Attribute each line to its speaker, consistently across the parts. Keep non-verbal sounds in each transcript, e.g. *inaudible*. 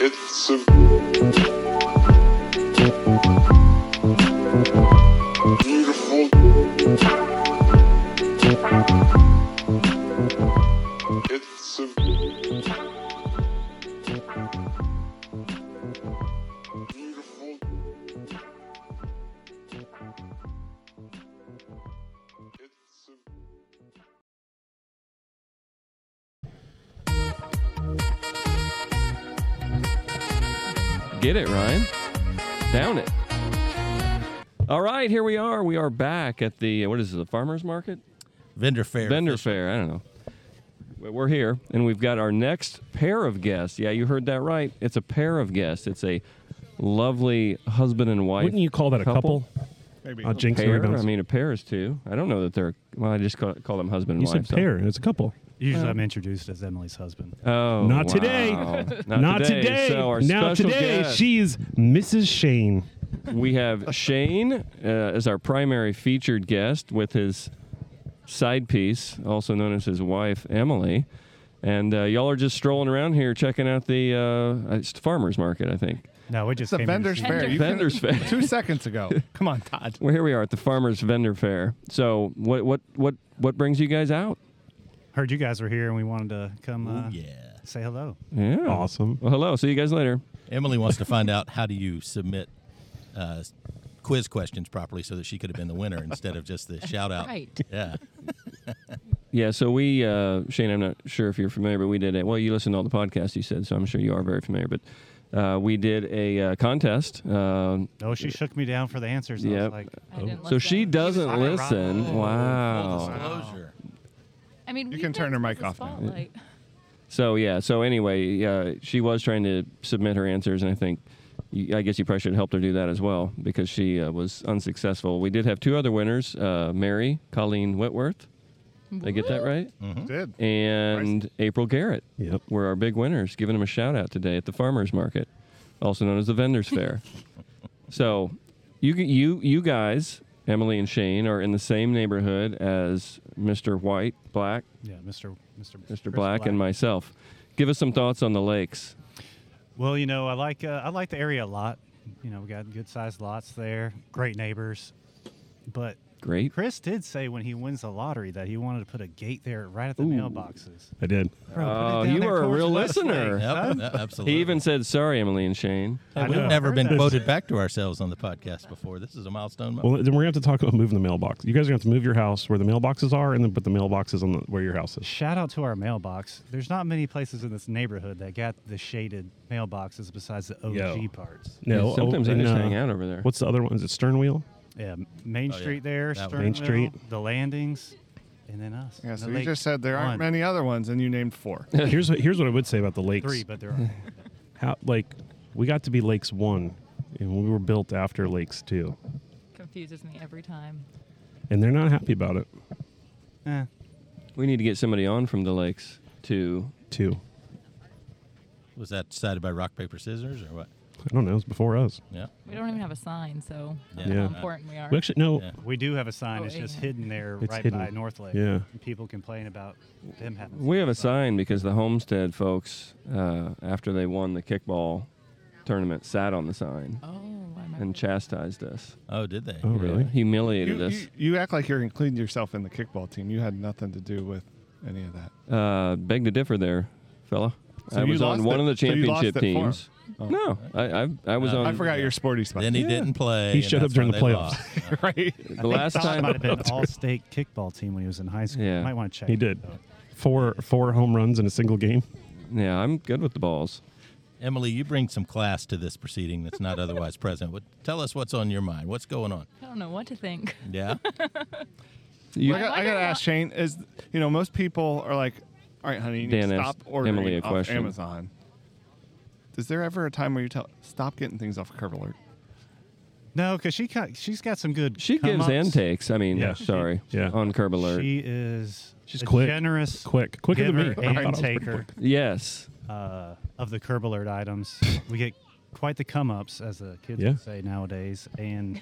Speaker 1: It's a beautiful. It's a beautiful. It's a
Speaker 2: Get it, Ryan. Down it. All right, here we are. We are back at the what is it, the farmers market?
Speaker 3: Vendor fair.
Speaker 2: Vendor fair. I don't know. But We're here, and we've got our next pair of guests. Yeah, you heard that right. It's a pair of guests. It's a lovely husband and wife.
Speaker 4: Wouldn't you call that a couple?
Speaker 5: Maybe.
Speaker 4: I'll jinx the
Speaker 2: pair?
Speaker 4: rebounds.
Speaker 2: I mean, a pair is two. I don't know that they're. Well, I just call, call them husband and
Speaker 4: you
Speaker 2: wife.
Speaker 4: said pair. It's a couple.
Speaker 5: Usually I'm introduced as Emily's husband.
Speaker 2: So. Oh,
Speaker 4: Not today.
Speaker 2: wow.
Speaker 4: Not, today.
Speaker 2: So our
Speaker 4: now
Speaker 2: special
Speaker 4: today,
Speaker 2: guest-
Speaker 4: she's Mrs. Shane.
Speaker 2: We have Shane uh, as our primary featured guest with his side piece, also known as his wife, Emily. And uh, y'all are just strolling around here checking out the uh, it's the farmer's market, I think.
Speaker 5: No, we just
Speaker 3: It's a
Speaker 5: came in to
Speaker 3: vendor's
Speaker 5: see-
Speaker 3: fair. You can-
Speaker 2: Vendor's fair.
Speaker 3: Two seconds ago. *laughs* Come on, Todd.
Speaker 2: Well, here we are at the farmer's vendor fair. So, what what what what brings you guys out?
Speaker 5: Heard you guys were here and we wanted to come uh,
Speaker 3: Yeah.
Speaker 5: say hello.
Speaker 2: Yeah.
Speaker 4: Awesome.
Speaker 2: Well, hello. See you guys later.
Speaker 6: Emily wants to find out how do you submit uh, s- quiz questions properly so that she could have been the winner instead of just the shout out.
Speaker 7: Right.
Speaker 6: Yeah.
Speaker 2: Yeah, so we, uh, Shane, I'm not sure if you're familiar, but we did a, well, you listened to all the podcasts you said, so I'm sure you are very familiar, but uh, we did a uh, contest. Um
Speaker 5: No, Oh, she shook me down for the answers. and I
Speaker 2: Yep.
Speaker 5: was like,
Speaker 7: I didn't
Speaker 2: Oh. so she
Speaker 7: listen.
Speaker 2: doesn't
Speaker 5: Rob.
Speaker 2: listen.
Speaker 5: Oh,
Speaker 2: wow.
Speaker 6: Disclosure.
Speaker 7: I mean,
Speaker 3: You
Speaker 7: we've
Speaker 3: can
Speaker 7: been
Speaker 3: turn her
Speaker 7: through
Speaker 3: mic
Speaker 7: the
Speaker 3: off now.
Speaker 7: spotlight.
Speaker 2: So, yeah, so anyway, uh, she was trying to submit her answers, and I think, you, I guess you probably should have helped her do that as well because she uh, was unsuccessful. We did have two other winners uh, Mary, Colleen Whitworth. Did I get that right?
Speaker 3: Did.
Speaker 2: and April Garrett
Speaker 4: Yep.
Speaker 2: were our big winners. Giving them a shout out today at the farmers market, also known as the vendors fair. so, you you you guys, Emily and Shane, are in the same neighborhood as Mr. White, Black,
Speaker 5: yeah, Mr. Mr. Chris
Speaker 2: Mr. Black, and myself. Give us some thoughts on the lakes.
Speaker 5: Well, you know, I like uh, I like the area a lot. You know, we got good sized lots there, great neighbors. But
Speaker 2: Great.
Speaker 5: Chris did say when he wins the lottery that he wanted to put a gate there right at the mailboxes.
Speaker 4: I did.
Speaker 5: Bro, put it
Speaker 2: Oh,
Speaker 5: down
Speaker 2: you
Speaker 5: there
Speaker 2: are a
Speaker 5: towards
Speaker 2: real
Speaker 5: the left
Speaker 2: listener.
Speaker 5: flank,
Speaker 6: Yep,
Speaker 5: son.
Speaker 6: a- absolutely.
Speaker 2: He even said, "Sorry, Emily and Shane."
Speaker 6: Hey,
Speaker 5: I
Speaker 6: we've
Speaker 5: know.
Speaker 6: never
Speaker 5: Heard
Speaker 6: been
Speaker 5: that.
Speaker 6: quoted back to ourselves on the podcast before. This is a milestone moment.
Speaker 4: Well, then we're gonna have to talk about moving the mailbox. You guys are gonna have to move your house where the mailboxes are, and then put the mailboxes on the, where your house is.
Speaker 5: Shout out to our mailbox. There's not many places in this neighborhood that got the shaded mailboxes besides the OG
Speaker 4: Yo.
Speaker 5: parts.
Speaker 2: Yeah, sometimes I
Speaker 4: and,
Speaker 2: just
Speaker 4: uh,
Speaker 2: hang out over there.
Speaker 4: What's the other one? Is it Stern
Speaker 2: *laughs*
Speaker 4: Wheel?
Speaker 5: Yeah, Main
Speaker 6: Oh, yeah.
Speaker 5: Street there,
Speaker 6: That one.
Speaker 5: Sternville,
Speaker 4: Main Street.
Speaker 5: the landings, and then us.
Speaker 3: Yeah,
Speaker 5: And
Speaker 3: so
Speaker 5: the
Speaker 3: you
Speaker 5: lake.
Speaker 3: just said there aren't
Speaker 5: One,
Speaker 3: many other ones, and you named *laughs* four.
Speaker 4: here's what here's what I would say about the lakes.
Speaker 5: Three, but there are.
Speaker 4: *laughs* How, like we got to be Lakes One, and we were built after Lakes Two,
Speaker 7: Confuses me every time.
Speaker 4: and they're not happy about it.
Speaker 5: Eh,
Speaker 2: we need to get somebody on from the lakes to
Speaker 4: Two.
Speaker 6: Was that decided by rock, paper, scissors or what?
Speaker 4: I don't know. It was before us.
Speaker 6: Yeah.
Speaker 7: We don't even have a sign, so
Speaker 6: Yeah.
Speaker 7: I don't know
Speaker 4: Yeah.
Speaker 7: how important we are.
Speaker 4: We actually no.
Speaker 6: Yeah.
Speaker 5: we do have a sign.
Speaker 7: Oh,
Speaker 5: it's just
Speaker 7: yeah.
Speaker 5: hidden there
Speaker 4: It's
Speaker 5: right by
Speaker 4: hidden.
Speaker 5: North Lake.
Speaker 4: Yeah.
Speaker 5: And people complain about them having.
Speaker 2: We have a sign because the Homestead folks, uh, after they won the kickball tournament, sat on the sign
Speaker 7: oh, I remember.
Speaker 2: and chastised us.
Speaker 6: Oh, did they?
Speaker 4: Oh really?
Speaker 2: Yeah, humiliated
Speaker 3: You,
Speaker 2: us.
Speaker 3: you, you act like you're including yourself in the kickball team. You had nothing to do with any of that.
Speaker 2: Uh, beg to differ there, fella.
Speaker 3: So
Speaker 2: I
Speaker 3: you
Speaker 2: was on
Speaker 3: lost
Speaker 2: one
Speaker 3: it-
Speaker 2: of the
Speaker 3: so you lost
Speaker 2: championship
Speaker 3: it for him?
Speaker 2: teams.
Speaker 4: Oh.
Speaker 2: No, I, I, I was on.
Speaker 3: Uh, I forgot your sporty spot.
Speaker 6: Then he didn't play.
Speaker 4: He
Speaker 6: and
Speaker 4: showed up
Speaker 6: that's
Speaker 4: during
Speaker 6: why
Speaker 4: the
Speaker 6: they
Speaker 4: playoffs.
Speaker 6: lost.
Speaker 3: *laughs* right?
Speaker 2: the last
Speaker 5: Todd
Speaker 2: time.
Speaker 5: might have been all-state kickball team when he was in high school.
Speaker 2: Yeah.
Speaker 5: Might want to check.
Speaker 4: He
Speaker 5: it,
Speaker 4: did
Speaker 5: though.
Speaker 4: four four home runs in a single game.
Speaker 2: Yeah, I'm good with the balls.
Speaker 6: Emily, you bring some class to this proceeding that's not otherwise present. What, tell us what's on your mind. What's going on?
Speaker 7: I don't know what to think. *laughs*
Speaker 6: Yeah.
Speaker 2: You,
Speaker 3: I, got,
Speaker 7: wonder
Speaker 3: to
Speaker 7: why-
Speaker 3: ask Shane. Is you know most people are like, all right, honey, you need
Speaker 2: Dan
Speaker 3: to
Speaker 2: asked
Speaker 3: stop ordering
Speaker 2: Emily a
Speaker 3: off
Speaker 2: question.
Speaker 3: Amazon. Is there ever a time where you tell stop getting things off Curve Alert?
Speaker 5: No, because she got, she's got some good.
Speaker 2: she gives
Speaker 5: come-ups.
Speaker 2: and takes. I mean,
Speaker 4: Yeah.
Speaker 2: sorry.
Speaker 4: Yeah.
Speaker 2: On curb alert.
Speaker 5: She is
Speaker 4: She's
Speaker 5: a
Speaker 4: quick.
Speaker 5: generous,
Speaker 4: Quick, quicker than
Speaker 5: giver
Speaker 4: me. I thought I
Speaker 5: and
Speaker 4: was pretty
Speaker 5: taker
Speaker 2: yes.
Speaker 5: uh, of the curb alert items. we get quite the come ups, as the kids
Speaker 4: Yeah.
Speaker 5: would say nowadays, and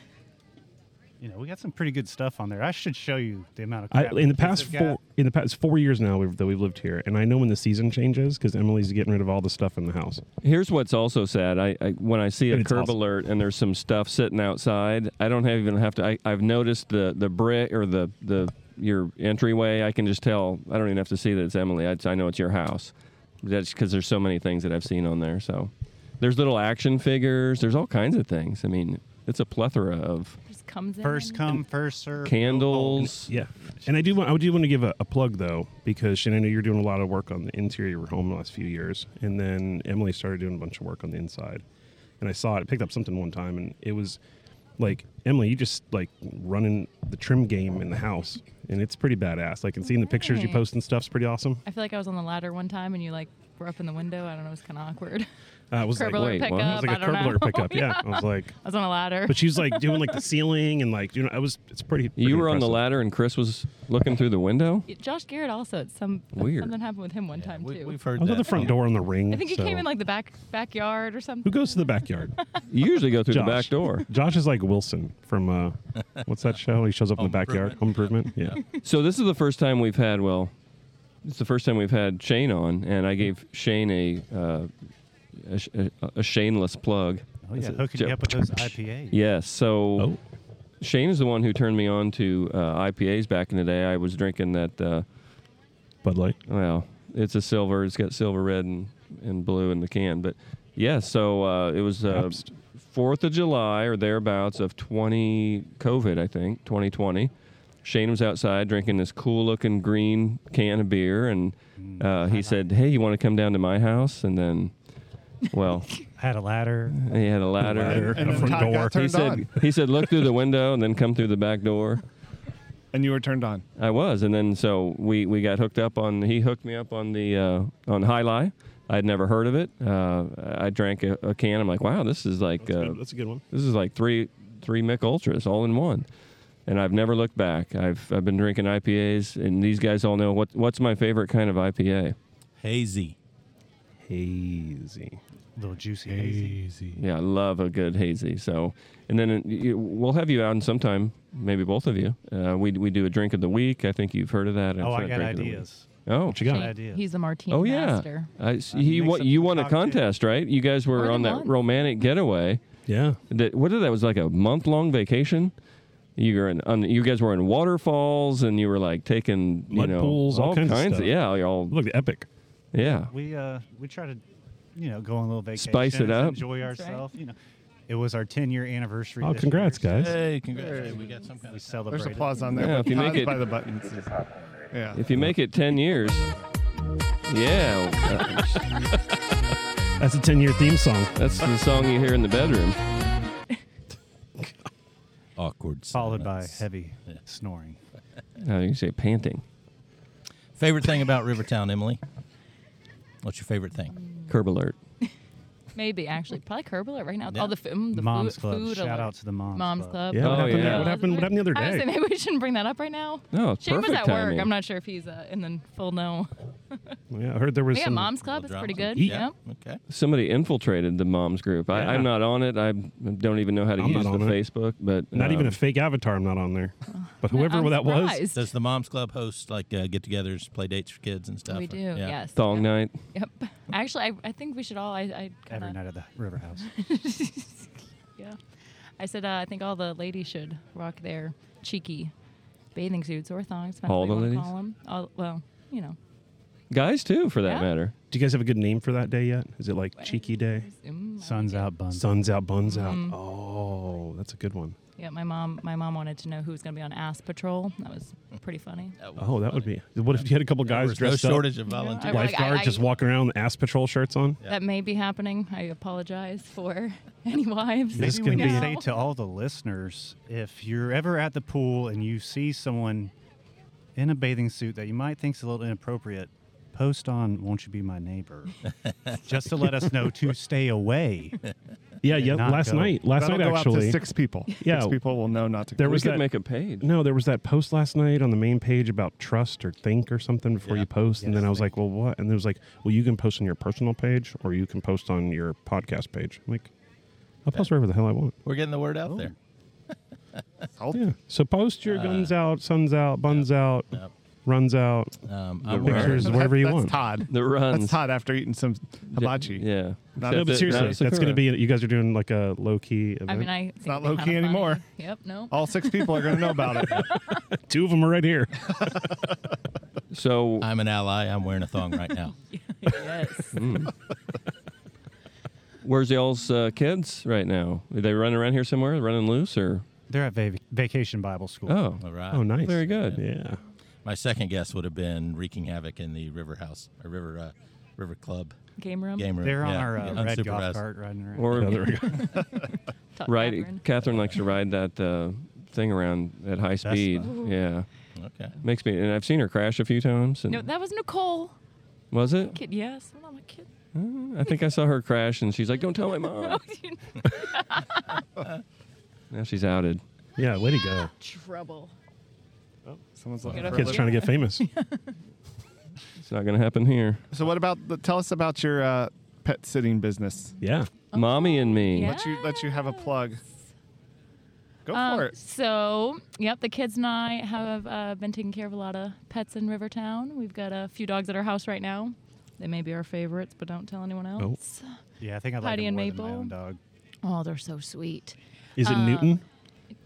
Speaker 5: you know, we got some pretty good stuff on there. I should show you the amount of
Speaker 4: I,
Speaker 5: crap
Speaker 4: in the
Speaker 5: that
Speaker 4: past
Speaker 5: they've
Speaker 4: four,
Speaker 5: got.
Speaker 4: in the past four years now we've, that we've lived here, and I know when the season changes because Emily's getting rid of all the stuff in the house.
Speaker 2: Here's what's also sad. I, I when I see a
Speaker 4: It's
Speaker 2: curb
Speaker 4: awesome.
Speaker 2: alert and there's some stuff sitting outside, I don't have even have to. I, I've noticed the the brick or the the your entryway. I can just tell. I don't even have to see that it's Emily. I, I know it's your house. That's because there's so many things that I've seen on there. So there's little action figures. There's all kinds of things. I mean, it's a plethora of
Speaker 7: Just comes in.
Speaker 5: First come, first serve.
Speaker 2: candles.
Speaker 4: Yeah, and I do want I do want to give a, a plug though because Shannon, I know you're doing a lot of work on the interior of your home the last few years, and then Emily started doing a bunch of work on the inside, and I saw it picked up something one time, and it was like Emily, you just like running the trim game in the house, and it's pretty badass. Like and seeing the pictures you
Speaker 7: Thanks.
Speaker 4: post and stuff's pretty awesome.
Speaker 7: I feel like I was on the ladder one time and you like were up in the window. I don't know. It was kind of awkward.
Speaker 4: Uh, it was
Speaker 7: Curb
Speaker 4: like
Speaker 7: alert
Speaker 2: wait,
Speaker 7: pickup.
Speaker 2: what? It
Speaker 4: it was
Speaker 7: I
Speaker 4: like a
Speaker 7: don't know. *laughs*
Speaker 4: curb pickup. Yeah, I was like.
Speaker 7: I was on a ladder.
Speaker 4: But she was like
Speaker 7: *laughs*
Speaker 4: doing like the ceiling and like you know I was it's pretty. pretty
Speaker 2: You were on the
Speaker 4: impressive.
Speaker 2: ladder and Chris was looking through the window.
Speaker 7: Josh Garrett also. It's some
Speaker 2: Weird.
Speaker 7: Something happened with him one
Speaker 6: Yeah,
Speaker 7: time
Speaker 6: we,
Speaker 7: too.
Speaker 6: We've heard
Speaker 4: I was
Speaker 6: that.
Speaker 4: at the front
Speaker 6: yeah.
Speaker 4: door on the ring.
Speaker 7: I think he
Speaker 4: so-
Speaker 7: came in like the back backyard or something.
Speaker 4: Who goes to the backyard?
Speaker 2: You usually go through
Speaker 4: Josh.
Speaker 2: the back door.
Speaker 4: Josh is like Wilson from uh,
Speaker 6: *laughs*
Speaker 4: what's that show? He shows up in the
Speaker 6: Home
Speaker 4: backyard. Home improvement. Yeah.
Speaker 6: *laughs*
Speaker 2: So this is the first time we've had. Well, it's the first time we've had Shane on, and I gave Shane a uh, a, sh- a, a Shaneless plug.
Speaker 5: Oh yeah,
Speaker 2: Is it-
Speaker 5: hooking you up with
Speaker 2: *laughs*
Speaker 5: those IPAs.
Speaker 2: Yes. So
Speaker 4: Oh.
Speaker 2: Shane is the one who turned me on to uh, IPAs back in the day. I was drinking that. Uh,
Speaker 4: Bud Light.
Speaker 2: well, it's a silver. It's got silver, red, and, and blue in the can. But yeah, so uh, it was uh,
Speaker 4: Pabst.
Speaker 2: Fourth of July or thereabouts of twenty COVID, I think, twenty twenty. Shane was outside drinking this cool-looking green can of beer, and
Speaker 4: Mm.
Speaker 2: uh,
Speaker 4: Uh-huh.
Speaker 2: he said, "Hey, you want to come down to my house?" And then,
Speaker 4: *laughs*
Speaker 2: well,
Speaker 5: I had a ladder.
Speaker 2: *laughs* he had a ladder.
Speaker 4: Ladder.
Speaker 3: And
Speaker 4: the
Speaker 3: then
Speaker 4: front
Speaker 3: Todd
Speaker 4: door.
Speaker 3: got
Speaker 2: He
Speaker 3: turned
Speaker 2: said,
Speaker 3: on,
Speaker 2: "He said, look through the window and then come through the back door."
Speaker 3: *laughs* and you were turned on.
Speaker 2: I was, and then so we we got hooked up on. He hooked me up on the uh, on High Lie. I'd never heard of it. Uh, I drank a, a can. I'm like, wow, this is like uh,
Speaker 4: Good, That's a good one.
Speaker 2: this is like three three Mick Ultras all in one. And I've never looked back. I've I've been drinking IPAs, and these guys all know what what's my favorite kind of IPA.
Speaker 6: Hazy.
Speaker 4: Hazy.
Speaker 5: little juicy hazy.
Speaker 2: Yeah, I love a good hazy. So, and then uh, you- we'll have you out sometime, maybe both of you. Uh, we we do a drink of the week. I think you've heard of that.
Speaker 5: Oh,
Speaker 2: It's
Speaker 5: I
Speaker 2: not
Speaker 5: got
Speaker 2: drink of the week.
Speaker 5: ideas.
Speaker 2: Oh,
Speaker 4: What you got?
Speaker 5: Shane. idea.
Speaker 7: He's the martini
Speaker 2: Oh yeah,
Speaker 7: master.
Speaker 2: I, he
Speaker 5: mix
Speaker 2: what
Speaker 5: up
Speaker 2: you
Speaker 5: the
Speaker 2: won a
Speaker 5: cocktail.
Speaker 2: contest, right? You guys were
Speaker 7: More
Speaker 2: on
Speaker 7: than
Speaker 2: that
Speaker 7: one.
Speaker 2: romantic getaway.
Speaker 4: Yeah.
Speaker 2: That what did that was like a month long vacation. You were in, on, you guys were in waterfalls and you were like taking you
Speaker 4: Mud
Speaker 2: know
Speaker 4: pools, all kinds of stuff.
Speaker 2: yeah you all
Speaker 4: Look, epic.
Speaker 2: yeah
Speaker 5: We uh we try to, you know, go on a little vacation.
Speaker 2: Spice it up.
Speaker 5: Enjoy
Speaker 7: That's right.
Speaker 5: ourselves. You know, it was our 10 year anniversary.
Speaker 4: Oh,
Speaker 5: this
Speaker 4: congrats,
Speaker 5: year,
Speaker 4: guys.
Speaker 6: Hey, congrats. Hey, we got some kind
Speaker 5: We
Speaker 6: of.
Speaker 5: celebrated.
Speaker 3: There's applause on there.
Speaker 2: Yeah,
Speaker 3: but
Speaker 2: if you
Speaker 3: caused
Speaker 2: make it-
Speaker 3: by the buttons. Yeah.
Speaker 2: if you make it ten years yeah uh,
Speaker 4: *laughs* That's a 10 year theme song.
Speaker 2: that's the song you hear in the bedroom
Speaker 6: awkward.
Speaker 5: Followed by
Speaker 6: silence.
Speaker 5: heavy snoring.
Speaker 2: how do Uh, you say panting
Speaker 6: Favorite thing about Rivertown, Emily? What's your favorite thing?
Speaker 2: curb alert
Speaker 7: Maybe actually, probably Curb Alert right now.
Speaker 6: Yeah.
Speaker 7: All the, f- mm, the
Speaker 5: Mom's
Speaker 7: food,
Speaker 5: Club.
Speaker 7: food
Speaker 5: Shout
Speaker 7: alert.
Speaker 5: out to the Mom's Club.
Speaker 7: Club.
Speaker 4: Yeah.
Speaker 2: Oh,
Speaker 4: what, happened,
Speaker 2: yeah.
Speaker 4: what happened? What happened the other day?
Speaker 7: Honestly, maybe *laughs* we shouldn't bring that up right now.
Speaker 2: No, it's
Speaker 7: Shane was
Speaker 2: perfect
Speaker 7: at work.
Speaker 2: timing.
Speaker 7: I'm not sure if he's uh, in the full know. *laughs*
Speaker 4: yeah, I heard there was
Speaker 7: But yeah,
Speaker 4: some.
Speaker 7: Mom's Club is
Speaker 6: Little
Speaker 7: pretty
Speaker 6: drama.
Speaker 7: good.
Speaker 4: Yeah.
Speaker 7: Yep.
Speaker 6: Okay.
Speaker 2: somebody infiltrated the mom's group I,
Speaker 4: Yeah.
Speaker 2: I'm not on it I don't even know how to
Speaker 4: I'm
Speaker 2: use the
Speaker 4: not on it.
Speaker 2: Facebook but
Speaker 4: Not even
Speaker 2: um,
Speaker 4: a fake avatar. I'm not on
Speaker 7: *laughs*
Speaker 4: there. But whoever
Speaker 7: I'm
Speaker 4: that was,
Speaker 7: surprised.
Speaker 6: Does the Moms Club host like uh, get togethers, play dates for kids and stuff?
Speaker 7: We
Speaker 6: Or-
Speaker 7: do.
Speaker 6: yeah.
Speaker 7: Yes.
Speaker 2: thong night
Speaker 7: Yep. Actually, I, I think we should all. I, I
Speaker 5: Every
Speaker 7: kinda,
Speaker 5: night at the River House.
Speaker 7: Yeah. I said uh, I think all the ladies should rock their cheeky bathing suits or thongs. depending
Speaker 2: All
Speaker 7: on what
Speaker 2: the
Speaker 7: you wanna Call them. All, well, you know.
Speaker 2: guys too for
Speaker 7: Yeah.
Speaker 2: that matter
Speaker 4: do you guys have a good name for that day yet? Is it like Cheeky Day?
Speaker 7: Mm,
Speaker 5: Sun's out, bun.
Speaker 4: Sun's out, buns out.
Speaker 7: Mm-hmm.
Speaker 4: Oh, that's a good one.
Speaker 7: Yeah, my mom. My mom wanted to know who was going to be on Ass Patrol. That was pretty funny.
Speaker 6: That was
Speaker 4: Oh, that would
Speaker 6: funny.
Speaker 4: be. What if you had a couple
Speaker 6: There
Speaker 4: guys
Speaker 6: was no
Speaker 4: dressed up,
Speaker 6: shortage of
Speaker 7: I-
Speaker 6: volunteers.
Speaker 7: Like,
Speaker 4: lifeguards,
Speaker 7: I-
Speaker 4: just walking around with ass patrol shirts on?
Speaker 7: That may be happening. I apologize for *laughs* any wives.
Speaker 4: This
Speaker 5: Maybe we
Speaker 4: can
Speaker 5: can
Speaker 4: be-
Speaker 5: say to all the listeners if you're ever at the pool and you see someone in a bathing suit that you might think is a little inappropriate, post on Won't You Be
Speaker 6: *laughs*
Speaker 5: My Neighbor just to let us know to stay away.
Speaker 4: Yeah, yeah.
Speaker 5: not
Speaker 4: Last
Speaker 5: go.
Speaker 4: night, last
Speaker 3: That'll
Speaker 4: night
Speaker 3: go out
Speaker 4: actually,
Speaker 3: to six people.
Speaker 4: Yeah.
Speaker 3: Six people will know not to.
Speaker 4: there
Speaker 2: we
Speaker 4: was
Speaker 2: could
Speaker 4: that.
Speaker 2: make a page
Speaker 4: no, there was that post last night on the main page about trust or think or something before
Speaker 6: Yeah.
Speaker 4: you post, and then
Speaker 5: Yes,
Speaker 4: I was
Speaker 5: think.
Speaker 4: like, well, what? And it was like, well, you can post on your personal page or you can post on your podcast page. I'm like, I'll post wherever the hell I want.
Speaker 6: We're getting the word out there.
Speaker 3: Salt?
Speaker 4: Yeah. So post your guns out, suns out, buns out, runs out,
Speaker 6: Um, I
Speaker 4: Pictures.
Speaker 6: wore-
Speaker 4: There's whatever you
Speaker 3: that's
Speaker 4: want.
Speaker 3: Todd.
Speaker 2: The runs.
Speaker 3: That's Todd after eating some hibachi.
Speaker 2: Yeah.
Speaker 3: No,
Speaker 2: Except
Speaker 4: No,
Speaker 2: that-
Speaker 4: but seriously,
Speaker 2: not
Speaker 4: that's going to
Speaker 2: Sakura.
Speaker 4: be. You guys are doing like a low key event.
Speaker 7: I mean, I. It's
Speaker 3: not low-key anymore.
Speaker 7: Yep. No.
Speaker 3: All
Speaker 6: *laughs*
Speaker 3: six people
Speaker 4: *laughs*
Speaker 3: are going to know about it.
Speaker 4: Two of them are right here.
Speaker 2: So
Speaker 6: I'm an ally. I'm wearing a thong right now. *laughs*
Speaker 7: yes.
Speaker 2: hmm.
Speaker 4: *laughs*
Speaker 2: where's y'all's uh, kids right now? Are they running around here somewhere, running loose, or
Speaker 5: They're at va- Vacation Bible School.
Speaker 2: oh,
Speaker 6: All right.
Speaker 4: Oh, nice.
Speaker 2: very good.
Speaker 4: Yeah.
Speaker 6: My second guess would have been wreaking havoc in the River House or River uh, River Club
Speaker 7: Game room.
Speaker 6: game room.
Speaker 5: They're on
Speaker 6: Yeah,
Speaker 5: our
Speaker 6: yeah,
Speaker 5: uh, red
Speaker 6: unsupervised.
Speaker 5: golf cart riding around.
Speaker 2: Or
Speaker 4: Oh, *laughs*
Speaker 5: *laughs*
Speaker 4: there we go.
Speaker 7: Tuck
Speaker 2: ride.
Speaker 7: Catherine.
Speaker 2: Catherine. likes to ride that uh, thing around at high speed. Yeah,
Speaker 6: Okay.
Speaker 2: makes me. And I've seen her crash a few times. And
Speaker 7: No, that was Nicole.
Speaker 2: was it? Uh,
Speaker 7: Kid. Yes. I'm not my kid.
Speaker 2: I think I saw her crash, and she's like, "Don't tell
Speaker 7: *laughs*
Speaker 2: my
Speaker 5: *laughs*
Speaker 2: mom." now she's outed.
Speaker 4: Yeah. Way to go.
Speaker 7: Trouble.
Speaker 3: Someone's looking
Speaker 7: Get up
Speaker 3: for a
Speaker 7: here.
Speaker 4: Kids
Speaker 3: living.
Speaker 4: trying to get
Speaker 5: *laughs*
Speaker 3: *laughs*
Speaker 4: famous.
Speaker 2: It's not gonna happen here.
Speaker 3: So what about? the- Tell us about your uh, pet sitting business.
Speaker 4: Yeah.
Speaker 5: Oh,
Speaker 2: Mommy and me.
Speaker 7: yeah.
Speaker 3: Let you let you have a plug. Go for
Speaker 7: Um,
Speaker 3: it.
Speaker 7: so, yep, the kids and I have uh, been taking care of a lot of pets in Rivertown. We've got a few dogs at our house right now. They may be our favorites, but don't tell anyone else.
Speaker 5: Yeah, I think I like
Speaker 7: Heidi and
Speaker 5: them more than my
Speaker 7: Maple.
Speaker 5: own dog.
Speaker 7: Oh, they're so sweet. Um,
Speaker 4: Is
Speaker 7: Uh,
Speaker 4: it Newton?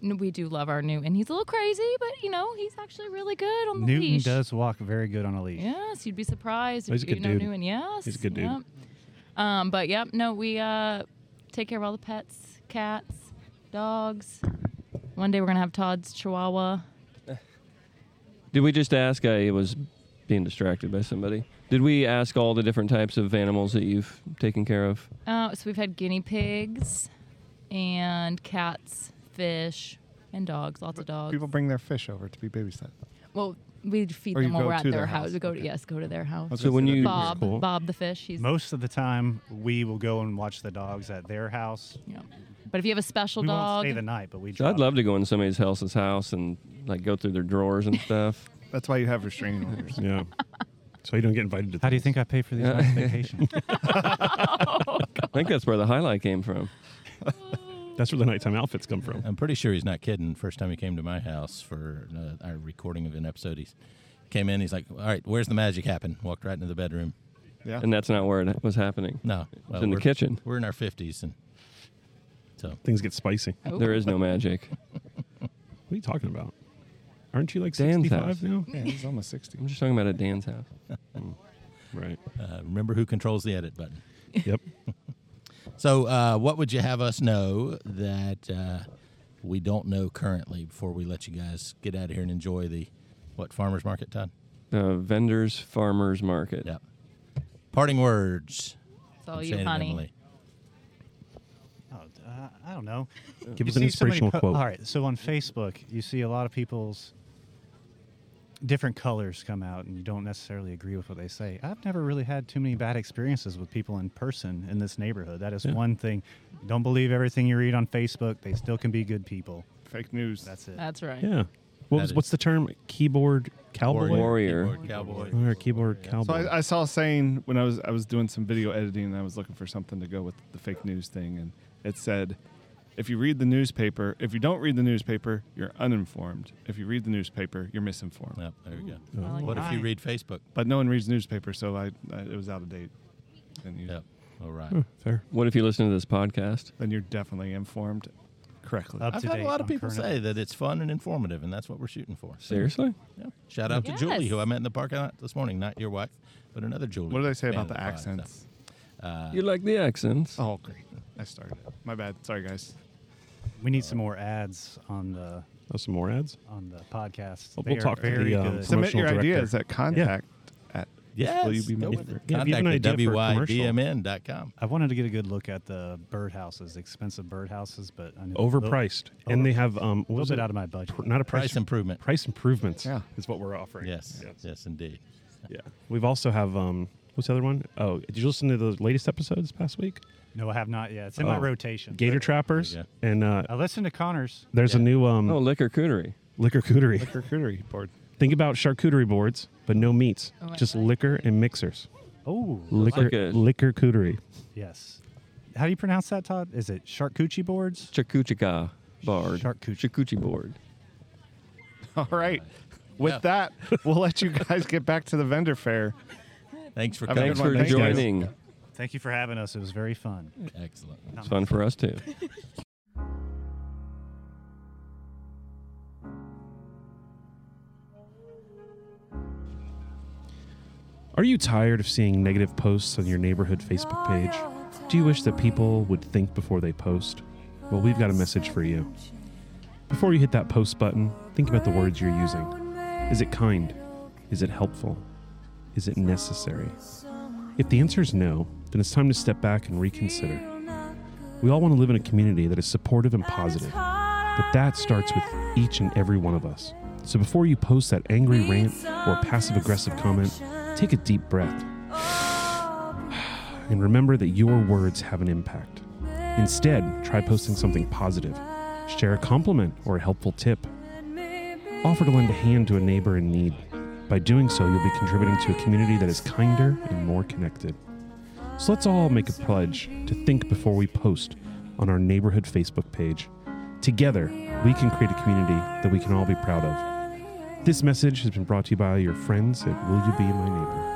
Speaker 7: N- We do love our Newton. He's a little crazy, but you know he's actually really good on the
Speaker 5: Newton
Speaker 7: leash.
Speaker 5: does walk very good on a leash.
Speaker 7: Yes, you'd be surprised
Speaker 4: Oh,
Speaker 7: if
Speaker 4: he's a
Speaker 7: you
Speaker 4: good
Speaker 7: know
Speaker 4: dude.
Speaker 7: Newton. Yes,
Speaker 4: He's a good dude.
Speaker 7: Yep. Um, but yep, no, we uh, take care of all the pets, cats, dogs. One day we're gonna have Todd's Chihuahua.
Speaker 2: Did we just ask? I was being distracted by somebody. Did we ask all the different types of animals that you've taken care of?
Speaker 7: Uh, so we've had guinea pigs, and cats, fish, and dogs. Lots of dogs.
Speaker 3: People bring their fish over to be babysat.
Speaker 7: well, we feed
Speaker 3: Or you
Speaker 7: them while
Speaker 3: go
Speaker 7: we're at
Speaker 3: to
Speaker 7: their,
Speaker 3: their
Speaker 7: house.
Speaker 3: house,
Speaker 7: We go
Speaker 3: okay.
Speaker 7: to yes, go to their house.
Speaker 2: So when you
Speaker 7: Bob,
Speaker 4: Cool.
Speaker 7: Bob the fish. He's
Speaker 5: Most of the time, we will go and watch the dogs at their house.
Speaker 7: yeah. But if you have a special
Speaker 5: we
Speaker 7: dog,
Speaker 5: won't stay the night, but we.
Speaker 2: So I'd
Speaker 5: drop-
Speaker 2: love to go into somebody's else's house and like go through their drawers and stuff.
Speaker 3: That's why you have restraining orders.
Speaker 4: Yeah. So you don't get invited to.
Speaker 5: How do you think I pay for these nights
Speaker 4: *laughs*
Speaker 5: vacation?
Speaker 2: I think that's where the highlight came from.
Speaker 4: *laughs* That's where the nighttime outfits come from.
Speaker 6: I'm pretty sure he's not kidding. First time he came to my house for uh, our recording of an episode, he came in. He's like, "All right, where's the magic happen?" Walked right into the bedroom.
Speaker 3: Yeah.
Speaker 2: And that's not where it was happening.
Speaker 6: No, well,
Speaker 2: in the
Speaker 6: we're-
Speaker 2: kitchen.
Speaker 6: We're in our fifties, and so
Speaker 4: Things get spicy. What
Speaker 7: Oh.
Speaker 2: There is no magic.
Speaker 4: are you talking about? Aren't you like
Speaker 2: Dan's
Speaker 4: 65
Speaker 6: *laughs*
Speaker 2: house.
Speaker 4: now?
Speaker 3: yeah, he's almost sixty.
Speaker 2: I'm just talking about at Dan's house.
Speaker 4: Right.
Speaker 6: uh, remember who controls the edit *laughs* button.
Speaker 4: Yep.
Speaker 6: So, uh, what would you have us know that uh, we don't know currently before we let you guys get out of here and enjoy the what farmers market, Todd?
Speaker 2: The Uh, vendors farmers market.
Speaker 6: Yep. Parting words.
Speaker 7: it's all
Speaker 6: from
Speaker 7: you,
Speaker 6: Shane and
Speaker 7: honey.
Speaker 6: Emily.
Speaker 5: Oh, uh, I don't know.
Speaker 4: Give
Speaker 5: You
Speaker 4: us an
Speaker 5: see somebody
Speaker 4: inspirational
Speaker 5: po-
Speaker 4: quote.
Speaker 5: All right, so on Facebook, you see a lot of people's different colors come out, and you don't necessarily agree with what they say. I've never really had too many bad experiences with people in person in this neighborhood. That is one thing. Don't believe everything you read on Facebook. They still can be good people.
Speaker 3: Fake news.
Speaker 5: That's it.
Speaker 7: That's right.
Speaker 4: Yeah. What
Speaker 6: That
Speaker 4: was,
Speaker 6: is-
Speaker 4: what's the term? Keyboard cowboy.
Speaker 2: Warrior.
Speaker 6: Keyboard Cowboy.
Speaker 4: Or keyboard cowboy.
Speaker 3: so I, I saw a saying when I was I was doing some video editing and I was looking for something to go with the fake news thing and it said, if you read the newspaper, if you don't read the newspaper, you're uninformed. If you read the newspaper, you're misinformed.
Speaker 6: Yep, there you go.
Speaker 7: I like
Speaker 6: What if you
Speaker 5: Right.
Speaker 6: read Facebook?
Speaker 3: But no one reads newspaper, so I, I it was out of date. Then you
Speaker 6: Yep. All right.
Speaker 4: Fair.
Speaker 2: What if you listen to this podcast?
Speaker 3: then you're definitely informed correctly.
Speaker 5: Up
Speaker 6: I've
Speaker 5: to
Speaker 6: had a
Speaker 5: date
Speaker 6: lot of
Speaker 5: on
Speaker 6: people
Speaker 5: current
Speaker 6: say that it's fun and informative, and that's what we're shooting for. So,
Speaker 2: Seriously?
Speaker 6: yeah. Shout out to Julie,
Speaker 7: Yes.
Speaker 6: who I met in the parking lot this morning. Not your wife, but another Julie.
Speaker 3: what did I say
Speaker 6: fan
Speaker 3: about
Speaker 6: of
Speaker 3: the
Speaker 6: pod, so.
Speaker 3: accents?
Speaker 2: you like the accents?
Speaker 3: Oh, great. I started. it. My bad. Sorry, guys.
Speaker 5: We need some more ads on the
Speaker 4: Oh, some more ads.
Speaker 5: on the podcast.
Speaker 4: We'll
Speaker 5: They are
Speaker 4: talk to the,
Speaker 5: very
Speaker 4: um,
Speaker 5: good.
Speaker 4: some-
Speaker 3: Submit your
Speaker 4: Promotional director.
Speaker 3: ideas at contact at
Speaker 6: Yes.
Speaker 3: will you be
Speaker 6: go
Speaker 3: made
Speaker 6: with
Speaker 3: E for-
Speaker 6: it.
Speaker 4: Yeah, if you have an
Speaker 6: Contact at
Speaker 4: idea for a commercial.
Speaker 6: WYDMN.com.
Speaker 5: I wanted to get a good look at the birdhouses, expensive birdhouses, but I know
Speaker 4: Overpriced. and they have um.
Speaker 5: A
Speaker 4: What
Speaker 5: little
Speaker 4: was it?
Speaker 5: bit out of my budget.
Speaker 4: Pr- Not a price.
Speaker 6: Price improvement.
Speaker 4: Price improvements.
Speaker 3: Yeah.
Speaker 4: Is what we're offering.
Speaker 6: Yes.
Speaker 4: Yeah.
Speaker 6: Yes, indeed.
Speaker 4: Yeah. We've also have um. What's the other one? Oh, did you listen to the latest episodes past week?
Speaker 5: No, I have not yet. It's in my
Speaker 4: Oh.
Speaker 5: rotation.
Speaker 4: Gator trappers.
Speaker 6: There
Speaker 4: And uh,
Speaker 5: I listened to Connor's.
Speaker 4: there's a new um
Speaker 2: Oh, liquor cootery.
Speaker 4: liquor cootery.
Speaker 3: charcuterie board.
Speaker 4: Think about charcuterie boards, but no meats,
Speaker 7: Oh, I
Speaker 4: just
Speaker 7: like
Speaker 4: liquor and mixers.
Speaker 5: Oh,
Speaker 4: Liquor,
Speaker 2: like a-
Speaker 4: liquor cootery.
Speaker 5: yes. How do you pronounce that, Todd? Is it charcuterie boards?
Speaker 2: Chakuchika. board.
Speaker 5: Charcuterie.
Speaker 2: Charcuterie board.
Speaker 3: All right. With
Speaker 6: Yeah.
Speaker 3: that, we'll let you guys get back to the vendor fair.
Speaker 6: Thanks for
Speaker 3: Have a
Speaker 6: coming.
Speaker 2: Thanks
Speaker 3: good one.
Speaker 2: for
Speaker 3: Thanks, guys.
Speaker 2: joining.
Speaker 5: Thank you for having us. It was very fun.
Speaker 6: Excellent.
Speaker 2: It's fun for us too.
Speaker 4: Are you tired of seeing negative posts on your neighborhood Facebook page? Do you wish that people would think before they post? Well, we've got a message for you. Before you hit that post button, think about the words you're using. Is it kind? Is it helpful? Is it necessary? If the answer is no, then it's time to step back and reconsider. We all want to live in a community that is supportive and positive, but that starts with each and every one of us. So before you post that angry rant or passive aggressive comment, take a deep breath and remember that your words have an impact. Instead, try posting something positive. Share a compliment or a helpful tip. Offer to lend a hand to a neighbor in need. By doing so, you'll be contributing to a community that is kinder and more connected. So let's all make a pledge to think before we post on our neighborhood Facebook page. Together, we can create a community that we can all be proud of. This message has been brought to you by your friends at Will You Be My Neighbor.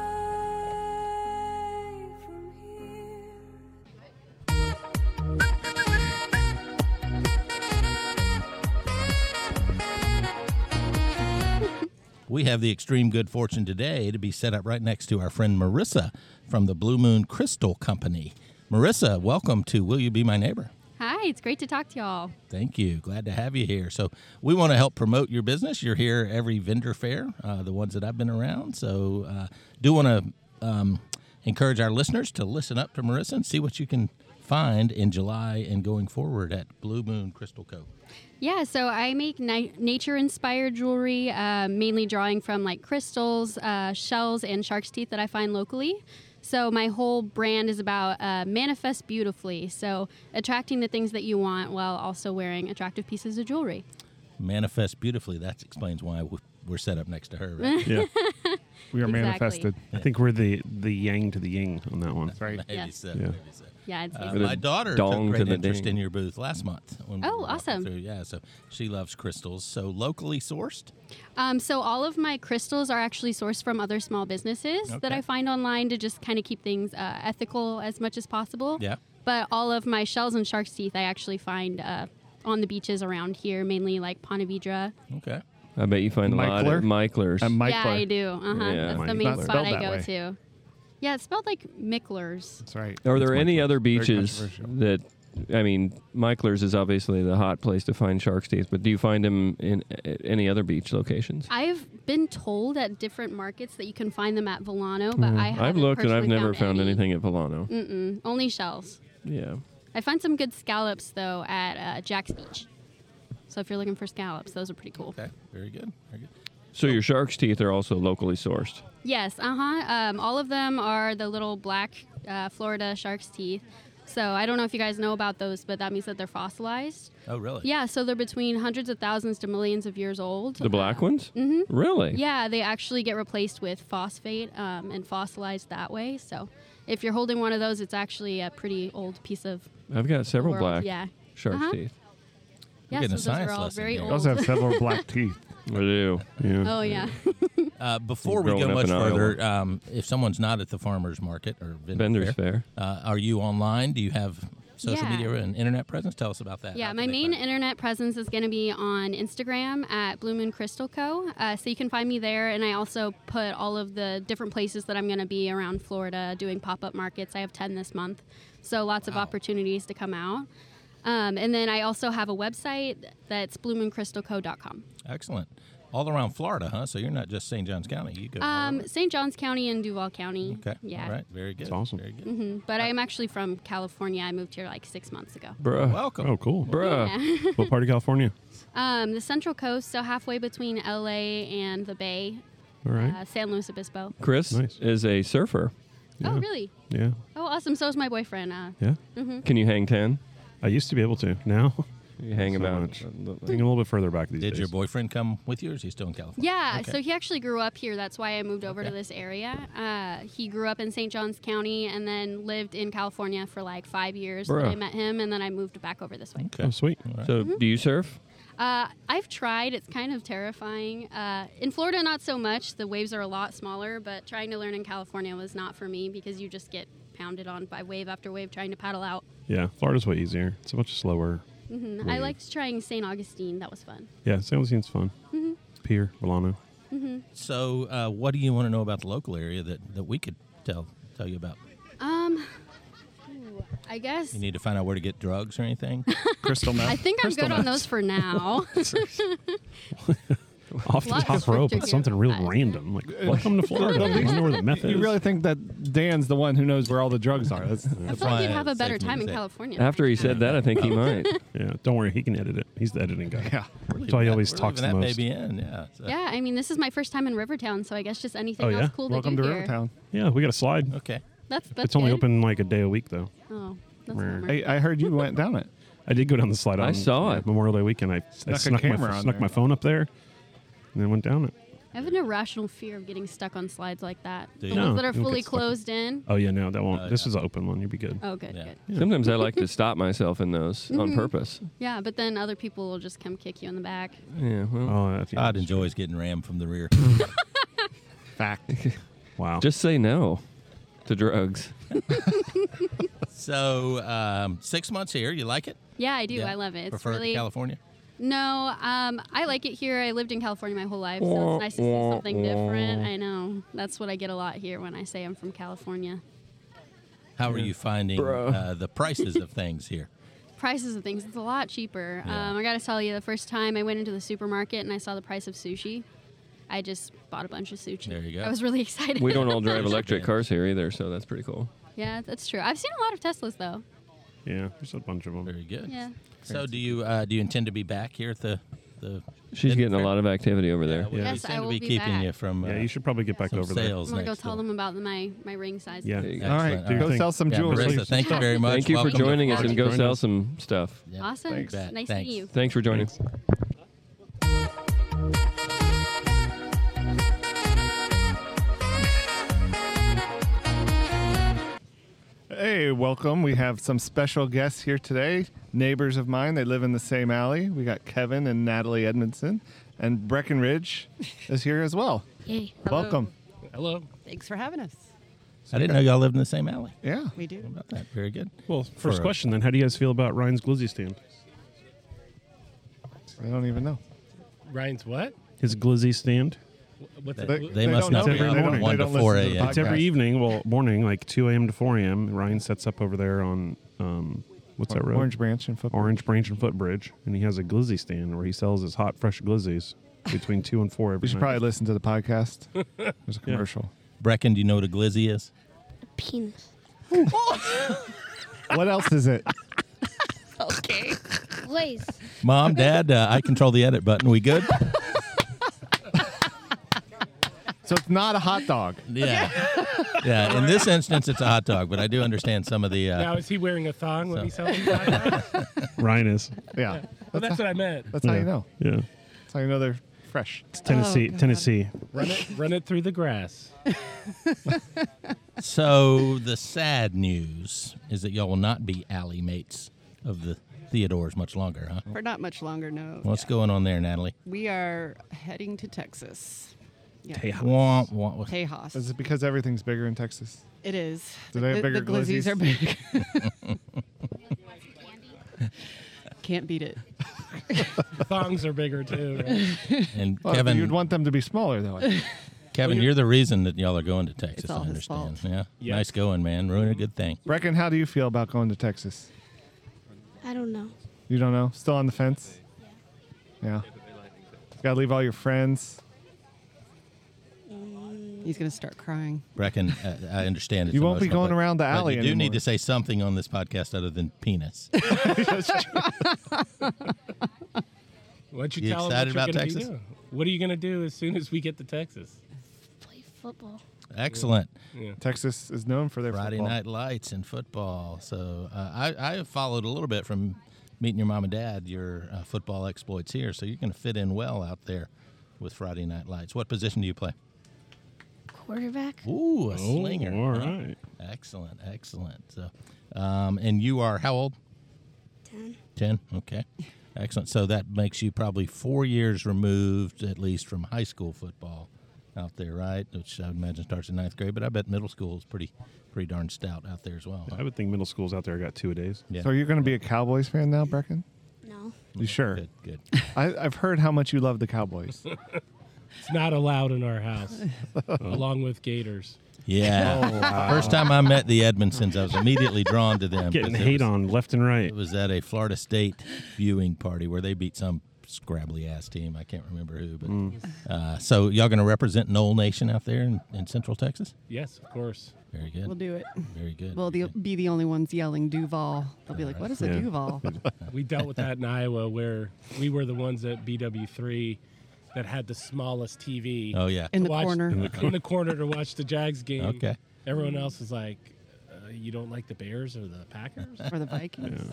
Speaker 6: We have the extreme good fortune today to be set up right next to our friend Marissa from the Blue Moon Crystal Company. Marissa, welcome to Will You Be My Neighbor?
Speaker 8: Hi, it's great to talk to y'all.
Speaker 6: Thank you. Glad to have you here. So, we want to help promote your business. You're here every vendor fair, uh, the ones that I've been around. So, uh, do want to um, encourage our listeners to listen up to Marissa and see what you can find in July and going forward at Blue Moon Crystal Co.
Speaker 8: Yeah, so I make ni- nature inspired jewelry, uh, mainly drawing from like crystals, uh, shells, and shark's teeth that I find locally. So my whole brand is about uh, manifest beautifully. So attracting the things that you want while also wearing attractive pieces of jewelry.
Speaker 6: Manifest beautifully. That explains why we- we're set up next to her. Right?
Speaker 3: Yeah. We are
Speaker 8: Exactly.
Speaker 3: manifested.
Speaker 4: I think we're the the yang to the ying on that one.
Speaker 3: Right.
Speaker 6: Maybe
Speaker 8: Yes.
Speaker 6: so.
Speaker 4: Yeah.
Speaker 6: Maybe so.
Speaker 8: Yeah, it's
Speaker 6: Uh,
Speaker 8: basically-
Speaker 6: my daughter
Speaker 2: dong
Speaker 6: took
Speaker 2: to
Speaker 6: great
Speaker 2: the
Speaker 6: interest
Speaker 2: ding.
Speaker 6: in your booth last month. When
Speaker 8: Oh,
Speaker 6: were walking
Speaker 8: awesome.
Speaker 6: through. Yeah, so she loves crystals. So locally sourced.
Speaker 8: Um, so all of my crystals are actually sourced from other small businesses that
Speaker 6: Okay.
Speaker 8: I find online to just kind of keep things uh, ethical as much as possible.
Speaker 6: *laughs* Yeah.
Speaker 8: But all of my shells and shark's teeth I actually find uh, on the beaches around here, mainly like Ponte Vedra.
Speaker 6: Okay.
Speaker 2: I bet you find a lot of Miklers.
Speaker 3: I'm Mike
Speaker 8: yeah, I
Speaker 3: Clark.
Speaker 8: do. Uh-huh.
Speaker 2: Yeah.
Speaker 8: That's the
Speaker 4: Michler.
Speaker 8: main
Speaker 3: Not
Speaker 8: spot
Speaker 3: spelled
Speaker 8: I
Speaker 3: that
Speaker 8: go
Speaker 3: way.
Speaker 8: to. Yeah, it's spelled like Micklers.
Speaker 3: That's right.
Speaker 2: Are
Speaker 3: That's
Speaker 2: there
Speaker 3: Mike
Speaker 2: any
Speaker 3: Clark.
Speaker 2: other
Speaker 3: Very
Speaker 2: beaches
Speaker 3: controversial.
Speaker 2: that I mean, Miklers is obviously the hot place to find shark's teeth, but do you find them in at any other beach locations?
Speaker 8: I've been told at different markets that you can find them at Volano, but
Speaker 3: Mm.
Speaker 8: I haven't
Speaker 2: Mm. I've looked and I've
Speaker 8: personally
Speaker 2: never found
Speaker 8: any. Mm-hmm.
Speaker 2: anything at Volano.
Speaker 8: Only shells.
Speaker 2: Yeah.
Speaker 8: I found some good scallops though at uh, Jack's Beach. So if you're looking for scallops, those are pretty cool.
Speaker 6: Okay. Very good. Very good.
Speaker 2: So your shark's teeth are also locally sourced.
Speaker 8: Yes, uh huh. Um, all of them are the little black uh, Florida shark's teeth. So I don't know if you guys know about those, but that means that they're fossilized.
Speaker 6: Oh, really?
Speaker 8: Yeah, so they're between hundreds of thousands to millions of years old.
Speaker 2: The black ones? Mm-hmm. Really?
Speaker 8: Yeah, they actually get replaced with phosphate um, and fossilized that way. So if you're holding one of those, it's actually a pretty old piece of.
Speaker 2: I've got several
Speaker 8: World,
Speaker 2: black
Speaker 8: yeah.
Speaker 2: shark's
Speaker 8: Uh-huh.
Speaker 2: teeth.
Speaker 8: Yeah,
Speaker 6: getting a
Speaker 8: so those
Speaker 6: science
Speaker 8: are all
Speaker 6: lesson
Speaker 8: very
Speaker 6: here.
Speaker 8: old.
Speaker 3: I also
Speaker 8: *laughs*
Speaker 3: have several black teeth.
Speaker 2: I do.
Speaker 3: *laughs*
Speaker 8: oh, yeah.
Speaker 6: Uh, before we
Speaker 2: Growing
Speaker 6: go
Speaker 2: up
Speaker 6: much
Speaker 2: in Iowa.
Speaker 6: further, um, if someone's not at the farmers market or vendor
Speaker 2: Vendors
Speaker 6: fair,
Speaker 2: fair.
Speaker 6: Uh, are you online? Do you have social
Speaker 8: Yeah.
Speaker 6: media and internet presence? Tell us about that.
Speaker 8: Yeah,
Speaker 6: How
Speaker 8: my
Speaker 6: can they
Speaker 8: main
Speaker 6: find-
Speaker 8: internet presence is going to be on Instagram at Blue Moon Crystal Co. Uh, so you can find me there, and I also put all of the different places that I'm going to be around Florida doing pop up markets. I have ten this month, so lots of
Speaker 6: Wow.
Speaker 8: opportunities to come out. Um, and then I also have a website that's bluemooncrystalco.com.
Speaker 6: Excellent. All around Florida, huh? So you're not just St. Johns County. You go. all
Speaker 8: Um,
Speaker 6: over.
Speaker 8: St. Johns County and Duval County.
Speaker 6: okay.
Speaker 8: Yeah.
Speaker 6: All right. Uh, Very good.
Speaker 4: awesome.
Speaker 6: Very good.
Speaker 8: Mhm. But I'm actually from California. I moved here like six months ago.
Speaker 2: Bruh.
Speaker 6: Welcome.
Speaker 4: Oh, cool.
Speaker 8: *laughs*
Speaker 2: Bruh.
Speaker 4: what part of California?
Speaker 8: Um, the Central Coast, so halfway between LA and the Bay,
Speaker 4: All right.
Speaker 8: uh, San Luis Obispo.
Speaker 2: Chris
Speaker 4: Nice.
Speaker 2: is a surfer.
Speaker 8: Oh,
Speaker 4: Yeah.
Speaker 8: really?
Speaker 4: yeah.
Speaker 8: Oh, awesome. So is my boyfriend. Uh,
Speaker 4: Yeah.
Speaker 2: Can you hang 10?
Speaker 4: I used to be able to. Now
Speaker 2: You hang
Speaker 4: So
Speaker 2: about.
Speaker 4: much. Being a little bit further back these
Speaker 6: Did
Speaker 4: days.
Speaker 6: your boyfriend come with you, or is he still in California?
Speaker 8: Yeah,
Speaker 6: Okay.
Speaker 8: so he actually grew up here. That's why I moved over to this area. Uh, he grew up in St. Johns County and then lived in California for like five years. when
Speaker 2: Bruh.
Speaker 8: I met him, and then I moved back over this way. Mm-hmm.
Speaker 4: Oh, sweet.
Speaker 2: So, do you surf?
Speaker 8: Uh, I've tried. It's kind of terrifying. Uh, in Florida, not so much. The waves are a lot smaller, but trying to learn in California was not for me because you just get pounded on by wave after wave trying to paddle out.
Speaker 4: Yeah, Florida's way easier. It's much slower.
Speaker 8: hmm I
Speaker 4: Wave.
Speaker 8: liked trying St. Augustine. That was fun.
Speaker 4: Yeah, San Jose's fun.
Speaker 8: Mm-hmm.
Speaker 4: Pier, Milano.
Speaker 6: So, uh, what do you want to know about the local area that, that we could tell tell you about?
Speaker 8: Um, ooh, I guess.
Speaker 6: You need to find out where to get drugs or
Speaker 4: *laughs*
Speaker 6: anything.
Speaker 3: Crystal meth.
Speaker 8: I think I'm
Speaker 3: Crystal
Speaker 8: good
Speaker 3: meth.
Speaker 8: on those for now. *laughs*
Speaker 4: Off the
Speaker 8: Lots
Speaker 4: top
Speaker 8: stricter
Speaker 4: rope, it's
Speaker 8: here.
Speaker 4: something real
Speaker 8: I-
Speaker 4: random. Like, welcome to Florida. Please know where the meth is.
Speaker 3: You really think that Dan's the one who knows where all the drugs are? That's,
Speaker 8: I
Speaker 6: That's
Speaker 8: feel like
Speaker 6: why
Speaker 8: you'd have a
Speaker 6: it's
Speaker 8: better
Speaker 6: safe for me
Speaker 8: time
Speaker 6: to
Speaker 8: in
Speaker 6: say.
Speaker 8: California.
Speaker 2: After he said that, I think he might.
Speaker 4: *laughs* Yeah, don't worry. He can edit it. He's the editing guy.
Speaker 3: yeah.
Speaker 4: That's why he always
Speaker 6: We're
Speaker 4: talks the
Speaker 6: leaving that
Speaker 4: most.
Speaker 6: baby in. Yeah. So-
Speaker 8: Yeah, I mean, this is my first time in Rivertown, so I guess just anything
Speaker 4: Oh, yeah?
Speaker 8: else cool to
Speaker 3: Welcome to
Speaker 8: do here.
Speaker 3: Rivertown.
Speaker 4: Yeah, we got a slide.
Speaker 6: Okay.
Speaker 8: That's that's
Speaker 4: It's only
Speaker 8: good.
Speaker 4: open like a day a week, though.
Speaker 8: Oh, that's
Speaker 4: Where-
Speaker 8: a bummer.
Speaker 3: I, I heard you went down it.
Speaker 4: I did go down the slide.
Speaker 2: I
Speaker 4: on,
Speaker 2: saw
Speaker 4: uh,
Speaker 2: it.
Speaker 4: Memorial Day weekend. I
Speaker 3: a
Speaker 4: I snuck, my,
Speaker 3: camera on
Speaker 4: snuck
Speaker 3: there.
Speaker 4: my phone up there and then went down it.
Speaker 8: I have an irrational fear of getting stuck on slides like that.
Speaker 6: Do
Speaker 8: The
Speaker 6: you?
Speaker 8: ones
Speaker 4: No,
Speaker 8: that are
Speaker 4: you don't get
Speaker 8: fully
Speaker 4: stuck on-
Speaker 8: closed in.
Speaker 4: Oh, yeah, no, that won't.
Speaker 6: Oh,
Speaker 4: this
Speaker 6: yeah.
Speaker 4: is an open one. You'll be good.
Speaker 8: Oh, good,
Speaker 6: Yeah.
Speaker 8: good.
Speaker 2: Sometimes I like to stop myself in those on purpose.
Speaker 8: Mm-hmm. Yeah, but then other people will just come kick you in the back.
Speaker 2: Yeah. Well,
Speaker 4: Oh, uh, yeah.
Speaker 6: Todd enjoys getting rammed from the
Speaker 4: *laughs*
Speaker 6: rear.
Speaker 3: Fact.
Speaker 6: *laughs*
Speaker 4: wow.
Speaker 2: just say no to drugs.
Speaker 6: so, um, six months here. You like it?
Speaker 8: Yeah, I do.
Speaker 6: Yeah.
Speaker 8: I love it. It's
Speaker 6: Prefer
Speaker 8: really
Speaker 6: California?
Speaker 8: no. Um, I like it here. I lived in California my whole life, so it's nice to see something different. I know that's what I get a lot here when I say I'm from California.
Speaker 6: How are you finding
Speaker 2: Bruh.
Speaker 6: uh, the prices of things here?
Speaker 8: prices of things. It's a lot cheaper.
Speaker 6: Yeah.
Speaker 8: Um, I gotta tell you, the first time I went into the supermarket and I saw the price of sushi, I just bought a bunch of sushi.
Speaker 6: There you go.
Speaker 8: I was really *laughs* excited.
Speaker 2: We don't
Speaker 6: *laughs*
Speaker 2: all drive
Speaker 6: There's
Speaker 2: electric
Speaker 6: advantage.
Speaker 2: cars here either, so that's pretty cool.
Speaker 8: yeah, that's true. I've seen a lot of Teslas though.
Speaker 4: yeah, there's a bunch of them.
Speaker 6: Very good.
Speaker 8: Yeah.
Speaker 6: So, do you uh, do you intend to be back here at the the?
Speaker 2: She's
Speaker 6: Isn't
Speaker 2: getting a
Speaker 6: fair?
Speaker 2: lot of activity over there.
Speaker 6: we
Speaker 8: Yes,
Speaker 6: seem
Speaker 8: I
Speaker 6: to
Speaker 8: will
Speaker 6: be
Speaker 8: be
Speaker 6: keeping
Speaker 8: back.
Speaker 6: you from uh,
Speaker 4: Yeah, you should probably get back
Speaker 6: some
Speaker 4: over there.
Speaker 6: sales
Speaker 8: I'm gonna go
Speaker 6: next
Speaker 8: tell
Speaker 6: door.
Speaker 8: them about my my ring size.
Speaker 4: Yeah.
Speaker 2: There you go.
Speaker 3: All right,
Speaker 6: Excellent.
Speaker 4: Do
Speaker 3: go
Speaker 4: your
Speaker 3: sell
Speaker 4: thing.
Speaker 3: some
Speaker 6: Yeah,
Speaker 3: jewelry.
Speaker 6: Marissa, thank you very much.
Speaker 2: Thank you for
Speaker 6: Welcome to
Speaker 2: joining us
Speaker 6: Florida.
Speaker 2: and go
Speaker 4: Join
Speaker 2: sell
Speaker 4: us.
Speaker 2: some stuff.
Speaker 6: Yeah.
Speaker 8: Awesome.
Speaker 3: Thanks.
Speaker 8: Nice to
Speaker 6: Thanks.
Speaker 8: meet you.
Speaker 2: Thanks for joining.
Speaker 4: Thanks.
Speaker 3: Hey, welcome. We have some special guests here today. Neighbors of mine. They live in the same alley. We got Kevin and Natalie Edmondson, and Breckenridge is here as well.
Speaker 8: Yay.
Speaker 3: Welcome.
Speaker 9: Hello. Thanks for having us.
Speaker 6: I didn't know y'all lived in the same alley.
Speaker 3: Yeah.
Speaker 9: We do.
Speaker 6: How about that? Very good.
Speaker 4: Well, first
Speaker 6: For a-
Speaker 4: question then, how do you guys feel about Ryan's glizzy stand?
Speaker 3: I don't even know.
Speaker 9: Ryan's what?
Speaker 4: His glizzy stand.
Speaker 9: Wh- What's
Speaker 6: They,
Speaker 3: They-
Speaker 6: they
Speaker 3: they
Speaker 6: must
Speaker 3: don't
Speaker 6: not
Speaker 4: know.
Speaker 6: be
Speaker 4: Every
Speaker 6: up
Speaker 4: morning.
Speaker 6: one
Speaker 3: They
Speaker 6: to
Speaker 3: don't listen
Speaker 6: four
Speaker 3: to the
Speaker 6: a.m.
Speaker 3: podcast.
Speaker 4: It's every
Speaker 3: Right.
Speaker 4: evening, well, morning, like 2 a.m. to 4 a.m. Ryan sets up over there on, um, what's that road?
Speaker 3: Orange Branch and football.
Speaker 4: Orange Branch and Footbridge, and he has a glizzy stand where he sells his hot, fresh glizzies between 2 and 4 every
Speaker 3: We should
Speaker 4: night.
Speaker 3: probably listen to the podcast. There's a commercial.
Speaker 6: Brecken, do you know what a glizzy is?
Speaker 10: penis.
Speaker 3: What else is it?
Speaker 10: Okay. Please.
Speaker 6: Mom, Dad, uh, I control the edit button. We good?
Speaker 3: So it's not a hot dog.
Speaker 6: *laughs* Yeah. Yeah. In this instance, it's a hot dog, but I do understand some of the. Uh,
Speaker 9: Now, is he wearing a thong when he sells his hot dogs?
Speaker 4: Ryan is.
Speaker 3: *laughs* Yeah.
Speaker 9: Well, that's
Speaker 3: how,
Speaker 9: what I meant.
Speaker 3: that's how you know. *laughs*
Speaker 4: Yeah.
Speaker 3: That's how you know they're fresh.
Speaker 4: It's Tennessee.
Speaker 9: God.
Speaker 4: Tennessee.
Speaker 9: Run it, run it through the
Speaker 3: *laughs*
Speaker 9: grass.
Speaker 6: So the sad news is that y'all will not be alley mates of the Theodores much longer, huh?
Speaker 11: For not much longer, no.
Speaker 6: What's going on there, Natalie?
Speaker 11: We are heading to Texas. Yeah.
Speaker 6: Wah, wah, wah.
Speaker 11: Tejas.
Speaker 3: Is it because everything's bigger in Texas?
Speaker 11: It is.
Speaker 3: Do they have
Speaker 11: the,
Speaker 3: bigger
Speaker 11: the glizzies,
Speaker 3: glizzies?
Speaker 11: are big.
Speaker 3: *laughs*
Speaker 11: *laughs* Can't beat it.
Speaker 9: Thongs are bigger too. right?
Speaker 6: And
Speaker 3: Well,
Speaker 6: Kevin,
Speaker 3: you'd want them to be smaller, though.
Speaker 6: *laughs* Kevin, you're the reason that y'all are going to Texas.
Speaker 11: all
Speaker 6: I
Speaker 11: his
Speaker 6: understand.
Speaker 11: fault.
Speaker 6: Yeah.
Speaker 9: Yeah.
Speaker 6: Nice going, man. Ruin a good thing.
Speaker 3: Brecken, how do you feel about going to Texas?
Speaker 10: *laughs* I don't know.
Speaker 3: You don't know? Still on the fence? Yeah. Gotta leave all your friends.
Speaker 11: He's going to start crying.
Speaker 6: Reckon uh, I understand. It's
Speaker 3: You won't be
Speaker 6: emotional,
Speaker 3: going
Speaker 6: but-
Speaker 3: around the
Speaker 6: but
Speaker 3: alley
Speaker 6: You do need
Speaker 3: anymore.
Speaker 6: to say something on this podcast other than
Speaker 3: *laughs*
Speaker 6: penis.
Speaker 9: Why don't you,
Speaker 6: You
Speaker 9: tell him
Speaker 6: excited about
Speaker 9: what you're gonna be
Speaker 6: Texas?
Speaker 9: doing? What are you going to do as soon as we get to Texas?
Speaker 10: Play football.
Speaker 6: Excellent.
Speaker 9: Yeah.
Speaker 3: Texas is known for their
Speaker 6: Friday
Speaker 3: football.
Speaker 6: night lights and football. So uh, I, I have followed a little bit from meeting your mom and dad your uh, football exploits here. So you're going to fit in well out there with Friday Night Lights. What position do you play?
Speaker 10: Quarterback.
Speaker 6: Ooh, a
Speaker 4: Oh,
Speaker 6: slinger.
Speaker 4: all
Speaker 6: huh?
Speaker 4: right.
Speaker 6: Excellent, excellent. So, um, and you are how old?
Speaker 10: Ten.
Speaker 6: Ten. Okay. Excellent. So that makes you probably four years removed, at least, from high school football out there, right? Which I would imagine starts in ninth grade, but I bet middle school is pretty, pretty darn stout out there as well. huh?
Speaker 4: I would think middle school's out there got two a days.
Speaker 6: Yeah.
Speaker 3: So you're going to be a Cowboys fan now, Brecken?
Speaker 10: No.
Speaker 3: You sure?
Speaker 6: Good. Good.
Speaker 3: *laughs* I, I've heard how much you love
Speaker 6: *laughs*
Speaker 3: the Cowboys.
Speaker 9: It's not allowed in our house, along with gators.
Speaker 4: *laughs*
Speaker 9: Oh,
Speaker 6: Yeah.
Speaker 4: Oh,
Speaker 6: First time I met the Edmondsons, I was immediately drawn to them.
Speaker 4: Getting
Speaker 6: 'cause it
Speaker 4: hate
Speaker 6: was-
Speaker 4: on left and right.
Speaker 6: It was at a Florida State viewing party where they beat some scrabbly ass team. I can't remember who, but uh, so y'all gonna represent Knoll Nation out there in, in Central Texas?
Speaker 9: Yes, of course.
Speaker 6: Very
Speaker 11: We'll
Speaker 6: good.
Speaker 11: do it.
Speaker 6: Very good.
Speaker 11: We'll the, be the only ones yelling Duval. They'll be like, "What is a
Speaker 4: Yeah.
Speaker 11: Duval?"
Speaker 9: We dealt with that in Iowa, where we were the ones at BW3 that had the smallest TV.
Speaker 6: oh yeah.
Speaker 11: In
Speaker 9: to
Speaker 11: the
Speaker 9: watch-
Speaker 11: corner. In
Speaker 9: in the corner to watch the Jags game.
Speaker 6: Okay.
Speaker 9: Everyone else is like, uh, you don't like the Bears or the Packers?
Speaker 11: or the Vikings.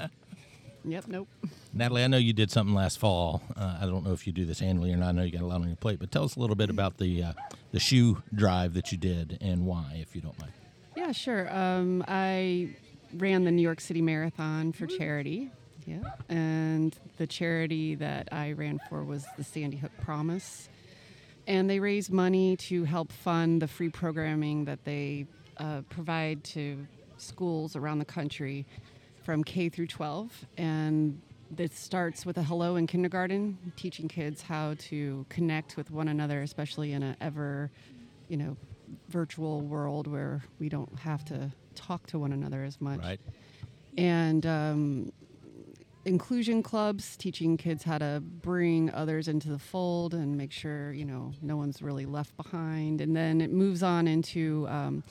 Speaker 11: Yep. Nope.
Speaker 6: Natalie, I know you did something last fall. Uh, I don't know if you do this annually or not. I know you got a lot on your plate, but tell us a little bit about the uh, the shoe drive that you did and why, if you don't mind.
Speaker 11: Yeah, sure. Um, I ran the New York City Marathon for charity. Yeah. And the charity that I ran for was the Sandy Hook Promise. And they raise money to help fund the free programming that they uh, provide to schools around the country from K through 12. And it starts with a hello in kindergarten, teaching kids how to connect with one another, especially in an ever you know, virtual world where we don't have to talk to one another as much.
Speaker 6: Right.
Speaker 11: And um, inclusion clubs, teaching kids how to bring others into the fold and make sure, you know, no one's really left behind. And then it moves on into um,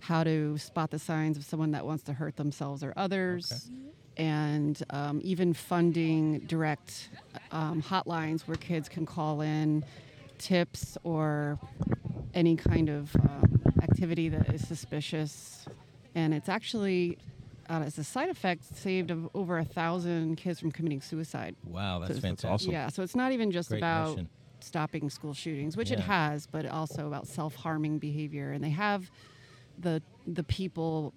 Speaker 11: how to spot the signs of someone that wants to hurt themselves or others. Mm-hmm. And um, even funding direct um, hotlines where kids can call in tips or any kind of um, activity that is suspicious. And it's actually, uh, as a side effect, saved of over a thousand kids from committing suicide.
Speaker 6: Wow, that's
Speaker 11: That's
Speaker 6: fantastic.
Speaker 11: Yeah, so it's not even just
Speaker 6: Great
Speaker 11: about
Speaker 6: notion.
Speaker 11: stopping school shootings, which it
Speaker 6: Yeah.
Speaker 11: has, but also about self-harming behavior. And they have the the people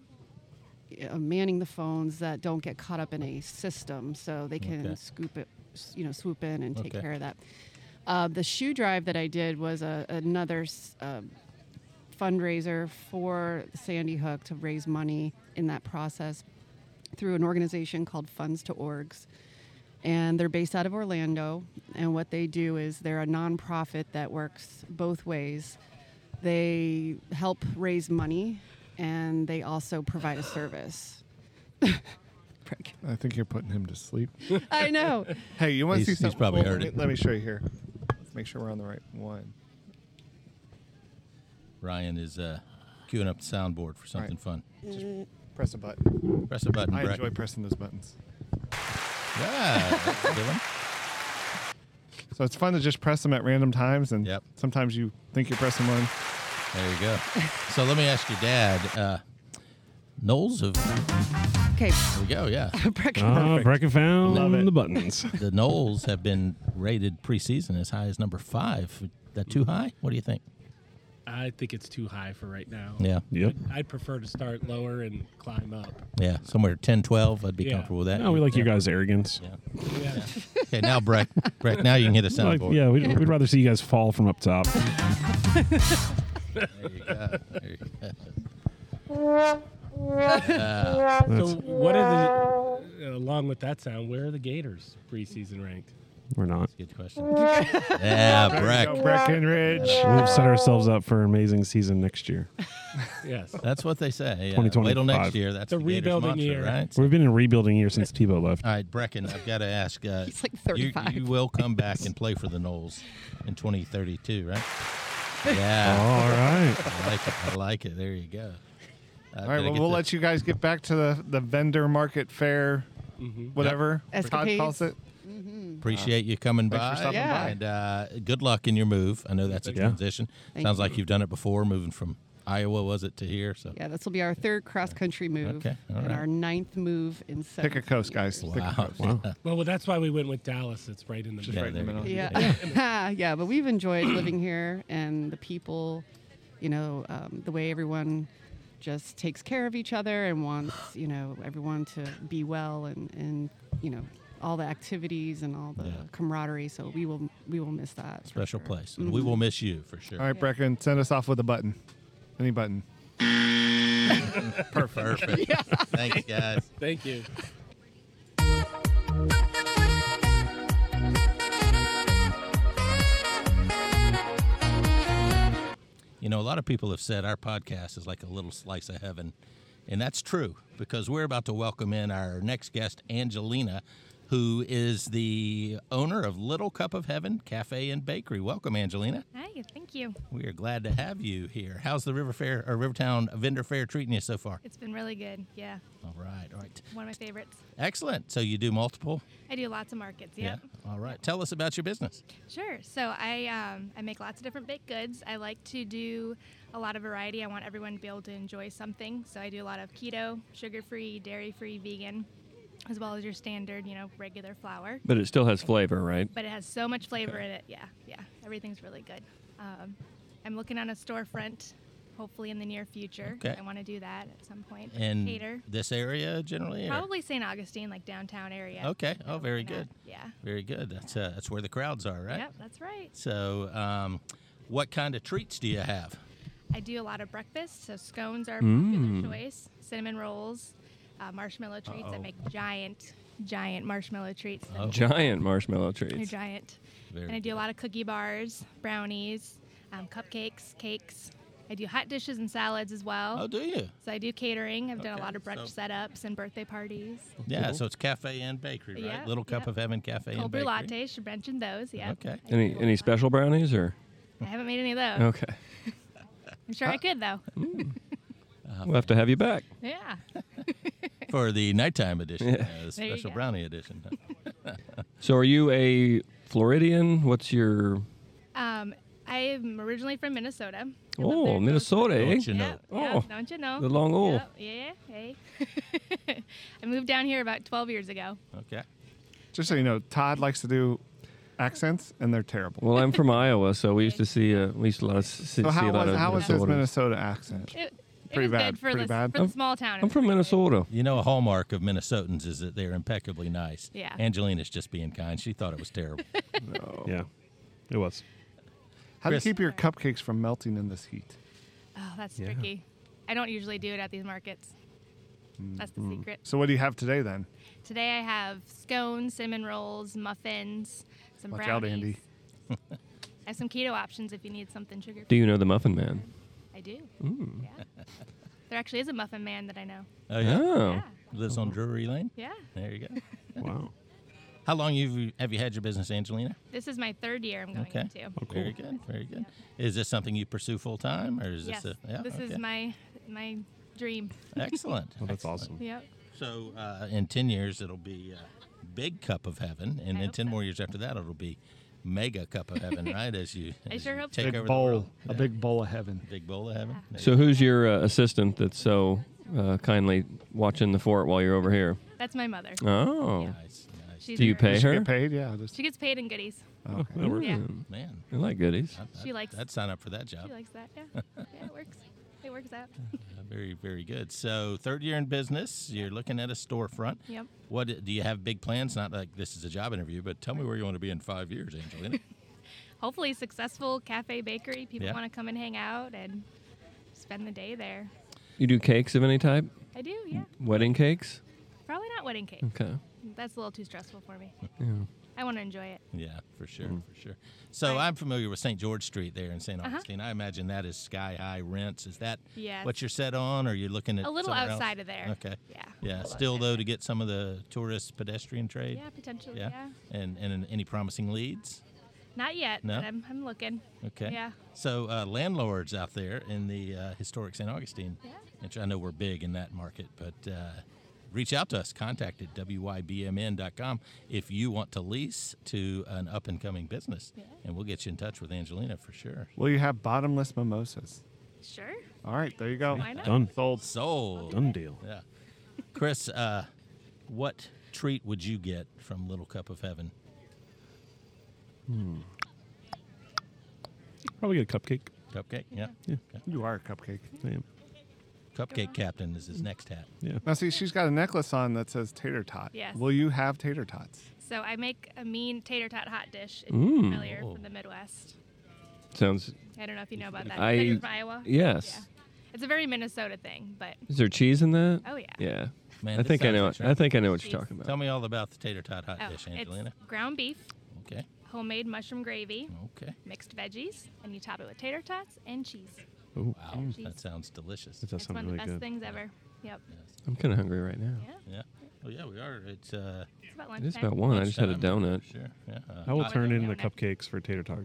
Speaker 11: uh, manning the phones that don't get caught up in a system, so they can
Speaker 6: Okay.
Speaker 11: scoop it, s- you know, swoop in and take
Speaker 6: Okay.
Speaker 11: care of that. Uh, the shoe drive that I did was a, another s- uh, fundraiser for Sandy Hook to raise money in that process through an organization called Funds to Orgs. And they're based out of Orlando. And what they do is they're a nonprofit that works both ways. They help raise money and they also provide a service. *laughs* Prick.
Speaker 3: I think you're putting him
Speaker 6: *laughs*
Speaker 3: to sleep.
Speaker 11: I know.
Speaker 3: Hey, you want to
Speaker 6: He's-
Speaker 3: see
Speaker 6: he's
Speaker 3: something?
Speaker 6: probably
Speaker 3: cool?
Speaker 6: heard
Speaker 3: let, me,
Speaker 6: it.
Speaker 3: let me show you here. Let's make sure we're on the right one.
Speaker 6: Ryan is uh, queuing up the soundboard for something fun.
Speaker 3: Press a button.
Speaker 6: Press a button.
Speaker 3: I
Speaker 6: Brett.
Speaker 3: enjoy pressing those buttons.
Speaker 6: *laughs* Yeah, that's a good one.
Speaker 3: So it's fun to just press them at random times, and
Speaker 6: Yep.
Speaker 3: sometimes you think you're pressing one.
Speaker 6: There you go. So let me ask your dad. Uh, Knowles of there
Speaker 11: Okay.
Speaker 6: we go,
Speaker 11: *laughs*
Speaker 6: yeah.
Speaker 11: Prick.
Speaker 4: Ah, Brecken found
Speaker 3: Love it.
Speaker 11: *laughs*
Speaker 4: the buttons.
Speaker 6: *laughs* The Knowles have been rated preseason as high as number five. Is that too high? What do you think?
Speaker 9: I think it's too high for right now.
Speaker 6: Yeah,
Speaker 4: yep.
Speaker 9: I'd prefer to start lower and climb up.
Speaker 6: yeah, somewhere 10, 12. I'd be
Speaker 9: Yeah.
Speaker 6: comfortable with that.
Speaker 4: No, we like you guys' arrogance.
Speaker 9: Yeah.
Speaker 6: *laughs* Okay, now Breck, Breck, now you can hit a
Speaker 4: Yeah, like,
Speaker 6: soundboard.
Speaker 4: yeah we'd, we'd rather see you guys fall from up top.
Speaker 6: There you go. *laughs* There you
Speaker 12: *laughs*
Speaker 6: go.
Speaker 10: *laughs*
Speaker 6: Uh,
Speaker 9: So what are the uh, along with that sound? Where are the Gators preseason ranked?
Speaker 4: We're not.
Speaker 6: Good question.
Speaker 12: *laughs*
Speaker 6: Yeah,
Speaker 3: Go
Speaker 6: Breck.
Speaker 3: Breckenridge.
Speaker 4: We've set ourselves up for an amazing season next year.
Speaker 9: Yes.
Speaker 6: *laughs* That's what they say. Yeah. Wait
Speaker 4: 2025.
Speaker 6: till next year. That's
Speaker 9: The
Speaker 6: the Gators
Speaker 9: rebuilding
Speaker 6: mantra,
Speaker 9: year.
Speaker 6: right?
Speaker 4: We've been in rebuilding year since Tebow left.
Speaker 6: All right, Brecken, I've got to ask. Uh,
Speaker 11: He's like
Speaker 6: you-
Speaker 11: 35.
Speaker 6: You, will
Speaker 11: *laughs*
Speaker 6: come back and play for the Knowles in 2032, right? Yeah,
Speaker 4: All right.
Speaker 6: I like it. I like it. There you go.
Speaker 3: *laughs* All right, well, we'll let you guys get back to the, the vendor market fair, Mm-hmm. whatever Todd
Speaker 11: Escapades.
Speaker 3: calls it.
Speaker 12: Mm-hmm.
Speaker 6: Appreciate you coming
Speaker 3: uh, Thanks for
Speaker 6: by.
Speaker 3: stopping
Speaker 11: Yeah. by.
Speaker 6: And uh, good luck in your move. I know that's a
Speaker 4: Yeah.
Speaker 6: transition.
Speaker 11: Thank
Speaker 6: Sounds
Speaker 11: you.
Speaker 6: like you've done it before, moving from Iowa was it to here? So
Speaker 11: Yeah, this will be our third cross country move.
Speaker 6: Okay, all
Speaker 11: and
Speaker 6: right.
Speaker 11: our ninth move in seven.
Speaker 3: Pick a coast, guys. Pick a coast.
Speaker 9: Well, well, that's why we went with Dallas. It's right in the
Speaker 3: Just
Speaker 9: middle.
Speaker 3: right in the middle.
Speaker 11: *laughs* Yeah, yeah, but we've enjoyed living here and the people, you know, um, the way everyone just takes care of each other and wants, you know, everyone to be well and and you know all the activities and all the
Speaker 6: Yeah.
Speaker 11: camaraderie. So we will we will miss that. for
Speaker 6: special
Speaker 11: sure.
Speaker 6: place. And we will miss you for sure.
Speaker 3: All right, Brecken, send us off with a button. Any button.
Speaker 6: *laughs* Perfect.
Speaker 12: *laughs*
Speaker 6: Thanks, guys.
Speaker 9: Thank you.
Speaker 6: You know, a lot of people have said our podcast is like a little slice of heaven. And that's true because we're about to welcome in our next guest, Angelina, who is the owner of Little Cup of Heaven Cafe and Bakery. Welcome, Angelina.
Speaker 12: Hi, thank you.
Speaker 6: We are glad to have you here. How's the River Fair or Rivertown Vendor Fair treating you so far?
Speaker 12: It's been really good. Yeah,
Speaker 6: All right, all right.
Speaker 12: one of my favorites.
Speaker 6: Excellent. So you do multiple?
Speaker 12: I do lots of markets. Yep.
Speaker 6: Yeah. All right. Tell us about your business.
Speaker 12: Sure. So I um, I make lots of different baked goods. I like to do a lot of variety. I want everyone to be able to enjoy something. So I do a lot of keto, sugar-free, dairy-free, vegan, as well as your standard, you know, regular flour.
Speaker 2: But it still has flavor, right?
Speaker 12: But it has so much flavor in it. Yeah, yeah. Everything's really good. Um, I'm looking on a storefront, hopefully in the near future.
Speaker 6: Okay.
Speaker 12: I want to do that at some point.
Speaker 6: In
Speaker 12: Cater.
Speaker 6: this area generally? or-
Speaker 12: Probably St. Augustine, like downtown area.
Speaker 6: Okay.
Speaker 12: Yeah,
Speaker 6: Oh, very
Speaker 12: why not?
Speaker 6: good.
Speaker 12: Yeah.
Speaker 6: Very good. That's uh, that's where the crowds are, right?
Speaker 12: Yep, that's right.
Speaker 6: So, um, what kind of treats do you have?
Speaker 12: I do a lot of breakfast, so scones are a
Speaker 6: Mm.
Speaker 12: popular choice. Cinnamon rolls, uh, marshmallow treats. I
Speaker 6: Uh-oh.
Speaker 12: make giant, giant marshmallow treats.
Speaker 6: Oh.
Speaker 12: that-
Speaker 2: *laughs* Giant marshmallow treats.
Speaker 12: They're giant.
Speaker 2: Very
Speaker 12: and I do a lot of cookie bars, brownies, um, cupcakes, cakes. I do hot dishes and salads as well.
Speaker 6: Oh, do you?
Speaker 12: So I do catering. I've done a
Speaker 6: Okay,
Speaker 12: lot of brunch
Speaker 6: so-
Speaker 12: setups and birthday parties.
Speaker 6: Yeah, so it's cafe and bakery, right?
Speaker 12: Yeah,
Speaker 6: Little Cup
Speaker 12: yeah.
Speaker 6: of Heaven Cafe
Speaker 12: Cold
Speaker 6: and
Speaker 12: brew
Speaker 6: Bakery.
Speaker 12: lattes. Should mention those. Yeah.
Speaker 6: Okay.
Speaker 12: I
Speaker 2: Any
Speaker 12: do.
Speaker 2: any special brownies or?
Speaker 12: I haven't made any of those.
Speaker 2: Okay.
Speaker 12: *laughs* I'm sure I could though.
Speaker 6: Uh-huh.
Speaker 2: We'll have to have you back.
Speaker 12: Yeah. *laughs*
Speaker 6: For the nighttime edition,
Speaker 2: Yeah.
Speaker 6: uh, the
Speaker 12: There you
Speaker 6: special
Speaker 12: go.
Speaker 6: brownie
Speaker 12: *laughs*
Speaker 6: edition.
Speaker 2: So, are you a Floridian? What's your?
Speaker 12: Um, I'm originally from Minnesota. I lived there
Speaker 2: Oh,
Speaker 12: for-
Speaker 2: Minnesota. eh?
Speaker 6: Don't you know?
Speaker 12: Yep, yep,
Speaker 2: Oh,
Speaker 12: don't you know?
Speaker 2: the long ol'.
Speaker 12: Yep, yeah, hey. *laughs* I moved down here about 12 years ago.
Speaker 6: Okay.
Speaker 3: Just so you know, Todd likes to do accents, and they're terrible.
Speaker 2: Well,
Speaker 12: *laughs*
Speaker 2: I'm from Iowa, so we used to see uh, we used to a lot of s- see
Speaker 3: So how
Speaker 2: a lot
Speaker 3: was,
Speaker 2: of
Speaker 3: how was this
Speaker 2: Minnesotans.
Speaker 3: Minnesota accent?
Speaker 12: It, it
Speaker 3: Pretty
Speaker 12: was
Speaker 3: bad,
Speaker 12: good for,
Speaker 3: pretty
Speaker 12: the,
Speaker 2: Oh.
Speaker 3: bad.
Speaker 12: for the
Speaker 3: I'm-
Speaker 12: small town.
Speaker 2: I'm from Minnesota.
Speaker 6: You know, a hallmark of Minnesotans is that they're impeccably nice.
Speaker 12: Yeah.
Speaker 6: Angelina's just being kind. She thought it
Speaker 12: *laughs*
Speaker 6: was terrible.
Speaker 4: Yeah, it was.
Speaker 3: How do you
Speaker 6: Chris.
Speaker 3: keep your cupcakes from melting in this heat?
Speaker 12: Oh, that's
Speaker 3: Yeah.
Speaker 12: tricky. I don't usually do it at these markets. That's
Speaker 6: Hmm.
Speaker 12: the secret.
Speaker 3: Hmm. So what do you have today then?
Speaker 12: Today I have scones, cinnamon rolls, muffins, some
Speaker 3: Watch out,
Speaker 12: brownies.
Speaker 3: Andy.
Speaker 12: I have some keto options if you need something sugar.
Speaker 2: Do you know the Muffin Man?
Speaker 12: I do.
Speaker 2: Mm.
Speaker 12: Yeah. There actually is a muffin man that I know.
Speaker 6: Oh yeah.
Speaker 2: Oh.
Speaker 6: Lives on Drury Lane.
Speaker 12: Yeah.
Speaker 6: There you go.
Speaker 4: Wow.
Speaker 6: *laughs* How long you have you had your business, Angelina?
Speaker 12: This is my third year I'm going
Speaker 6: okay.
Speaker 12: into.
Speaker 2: Oh,
Speaker 4: Oh,
Speaker 6: Very good. Very good. Is this something you pursue full time, or is
Speaker 12: yes.
Speaker 6: this a yeah?
Speaker 12: this is
Speaker 6: okay.
Speaker 12: my my dream.
Speaker 6: excellent.
Speaker 4: *laughs* Well, that's
Speaker 6: Excellent.
Speaker 4: awesome.
Speaker 12: *laughs* Yep.
Speaker 6: So uh, in ten years, it'll be uh, big cup of heaven, and
Speaker 12: I
Speaker 6: then
Speaker 12: hope
Speaker 6: ten more years after that, it'll be mega cup of
Speaker 12: *laughs*
Speaker 6: heaven, right? As you,
Speaker 12: I
Speaker 6: as
Speaker 12: sure
Speaker 6: you
Speaker 12: hope
Speaker 6: take
Speaker 12: so.
Speaker 6: over
Speaker 3: Big
Speaker 6: the world.
Speaker 3: bowl, a big bowl of heaven.
Speaker 6: big bowl of heaven. There
Speaker 2: So,
Speaker 6: you
Speaker 2: who's your uh, assistant that's so uh, kindly watching the fort while you're over here?
Speaker 12: That's my mother.
Speaker 2: Oh.
Speaker 12: Yeah.
Speaker 6: Nice, nice.
Speaker 12: She's
Speaker 2: Do
Speaker 12: very-
Speaker 2: you pay
Speaker 3: Does she
Speaker 2: her?
Speaker 3: get paid? Yeah. this-
Speaker 12: She gets paid in goodies.
Speaker 6: Oh,
Speaker 3: okay.
Speaker 4: Oh, That works.
Speaker 12: Yeah.
Speaker 6: go. man,
Speaker 2: I like goodies.
Speaker 6: I-
Speaker 12: She
Speaker 6: I'd-
Speaker 12: likes-
Speaker 6: I'd sign up for that job.
Speaker 12: She likes that.
Speaker 6: *laughs*
Speaker 12: Yeah. Yeah, it works. It works out.
Speaker 6: Uh, very, very good. So, third year in business, you're looking at a storefront.
Speaker 12: Yep.
Speaker 6: What do you have big plans? Not like this is a job interview, but tell me where you want to be in five years, Angelina.
Speaker 12: Hopefully successful cafe bakery. People
Speaker 6: Yeah.
Speaker 12: want to come and hang out and spend the day there.
Speaker 2: You do cakes of any type?
Speaker 12: I do, yeah.
Speaker 2: Wedding cakes?
Speaker 12: Probably not wedding cake.
Speaker 2: Okay.
Speaker 12: That's a little too stressful for me.
Speaker 2: Yeah.
Speaker 12: I want to enjoy it.
Speaker 6: yeah, for sure, for sure. So I'm familiar with St. George Street there in St.
Speaker 12: Uh-huh.
Speaker 6: Augustine. I imagine that is sky high rents. Is that
Speaker 12: Yes.
Speaker 6: what you're set on, or you're looking at
Speaker 12: A little
Speaker 6: somewhere else?
Speaker 12: outside of there.
Speaker 6: Okay.
Speaker 12: Yeah. A
Speaker 6: Yeah.
Speaker 12: little
Speaker 6: Still
Speaker 12: outside
Speaker 6: though to get some of the tourist pedestrian trade.
Speaker 12: Yeah, potentially.
Speaker 6: Yeah.
Speaker 12: Yeah.
Speaker 6: And and any promising leads?
Speaker 12: Not yet,
Speaker 6: No?
Speaker 12: but I'm, I'm looking.
Speaker 6: Okay.
Speaker 12: Yeah.
Speaker 6: So uh, landlords out there in the uh, historic St. Augustine,
Speaker 12: Yeah.
Speaker 6: which I know we're big in that market, but uh, reach out to us. Contact at wybmn.com if you want to lease to an up and coming business, and we'll get you in touch with Angelina for sure.
Speaker 3: Will you have bottomless mimosas?
Speaker 12: Sure.
Speaker 3: All right, there you go.
Speaker 12: Why not?
Speaker 4: Done.
Speaker 3: Sold.
Speaker 6: Sold.
Speaker 4: Done deal.
Speaker 6: Yeah. Chris, uh, what treat would you get from Little Cup of Heaven?
Speaker 4: Hmm. Probably get a cupcake.
Speaker 6: Cupcake? Yeah.
Speaker 4: Yeah.
Speaker 3: You are a cupcake.
Speaker 4: I am.
Speaker 6: Cupcake Captain is his next hat.
Speaker 4: Yeah.
Speaker 3: Now, see, she's got a necklace on that says tater tot.
Speaker 12: Yes.
Speaker 3: Will you have tater tots?
Speaker 12: So I make a mean tater tot hot dish. If
Speaker 2: Mm.
Speaker 12: you're familiar
Speaker 2: Oh.
Speaker 12: from the Midwest.
Speaker 2: Sounds.
Speaker 12: I don't know if you know about that.
Speaker 2: I-
Speaker 12: I, you're from Iowa.
Speaker 2: yes.
Speaker 12: Yeah. It's a very Minnesota thing, but
Speaker 2: Is there cheese in that?
Speaker 12: Oh, yeah.
Speaker 2: Yeah.
Speaker 6: Man,
Speaker 2: I
Speaker 6: this
Speaker 2: think I
Speaker 6: sounds
Speaker 2: know.
Speaker 6: like
Speaker 2: I think I know what
Speaker 12: Cheese.
Speaker 2: you're talking about.
Speaker 6: Tell me all about the tater tot hot
Speaker 12: oh,
Speaker 6: dish, Angelina.
Speaker 12: it's ground beef,
Speaker 6: Okay.
Speaker 12: homemade mushroom gravy,
Speaker 6: Okay.
Speaker 12: mixed veggies, and you top it with tater tots and cheese.
Speaker 4: Ooh.
Speaker 6: Wow. That sounds delicious.
Speaker 4: That does
Speaker 12: It's one
Speaker 4: sound
Speaker 12: of the
Speaker 4: really
Speaker 12: best
Speaker 4: good.
Speaker 12: things ever. Yep.
Speaker 2: I'm kind of hungry right now.
Speaker 12: Yeah.
Speaker 6: Yeah. Oh, yeah, we are. It's, uh,
Speaker 12: It's about
Speaker 2: It is
Speaker 12: lunchtime.
Speaker 2: about one. I just had a
Speaker 6: lunchtime,
Speaker 2: donut.
Speaker 6: Sure. Yeah. uh,
Speaker 4: I will
Speaker 6: hot-
Speaker 4: turn in the
Speaker 12: Donut.
Speaker 4: cupcakes for tater tot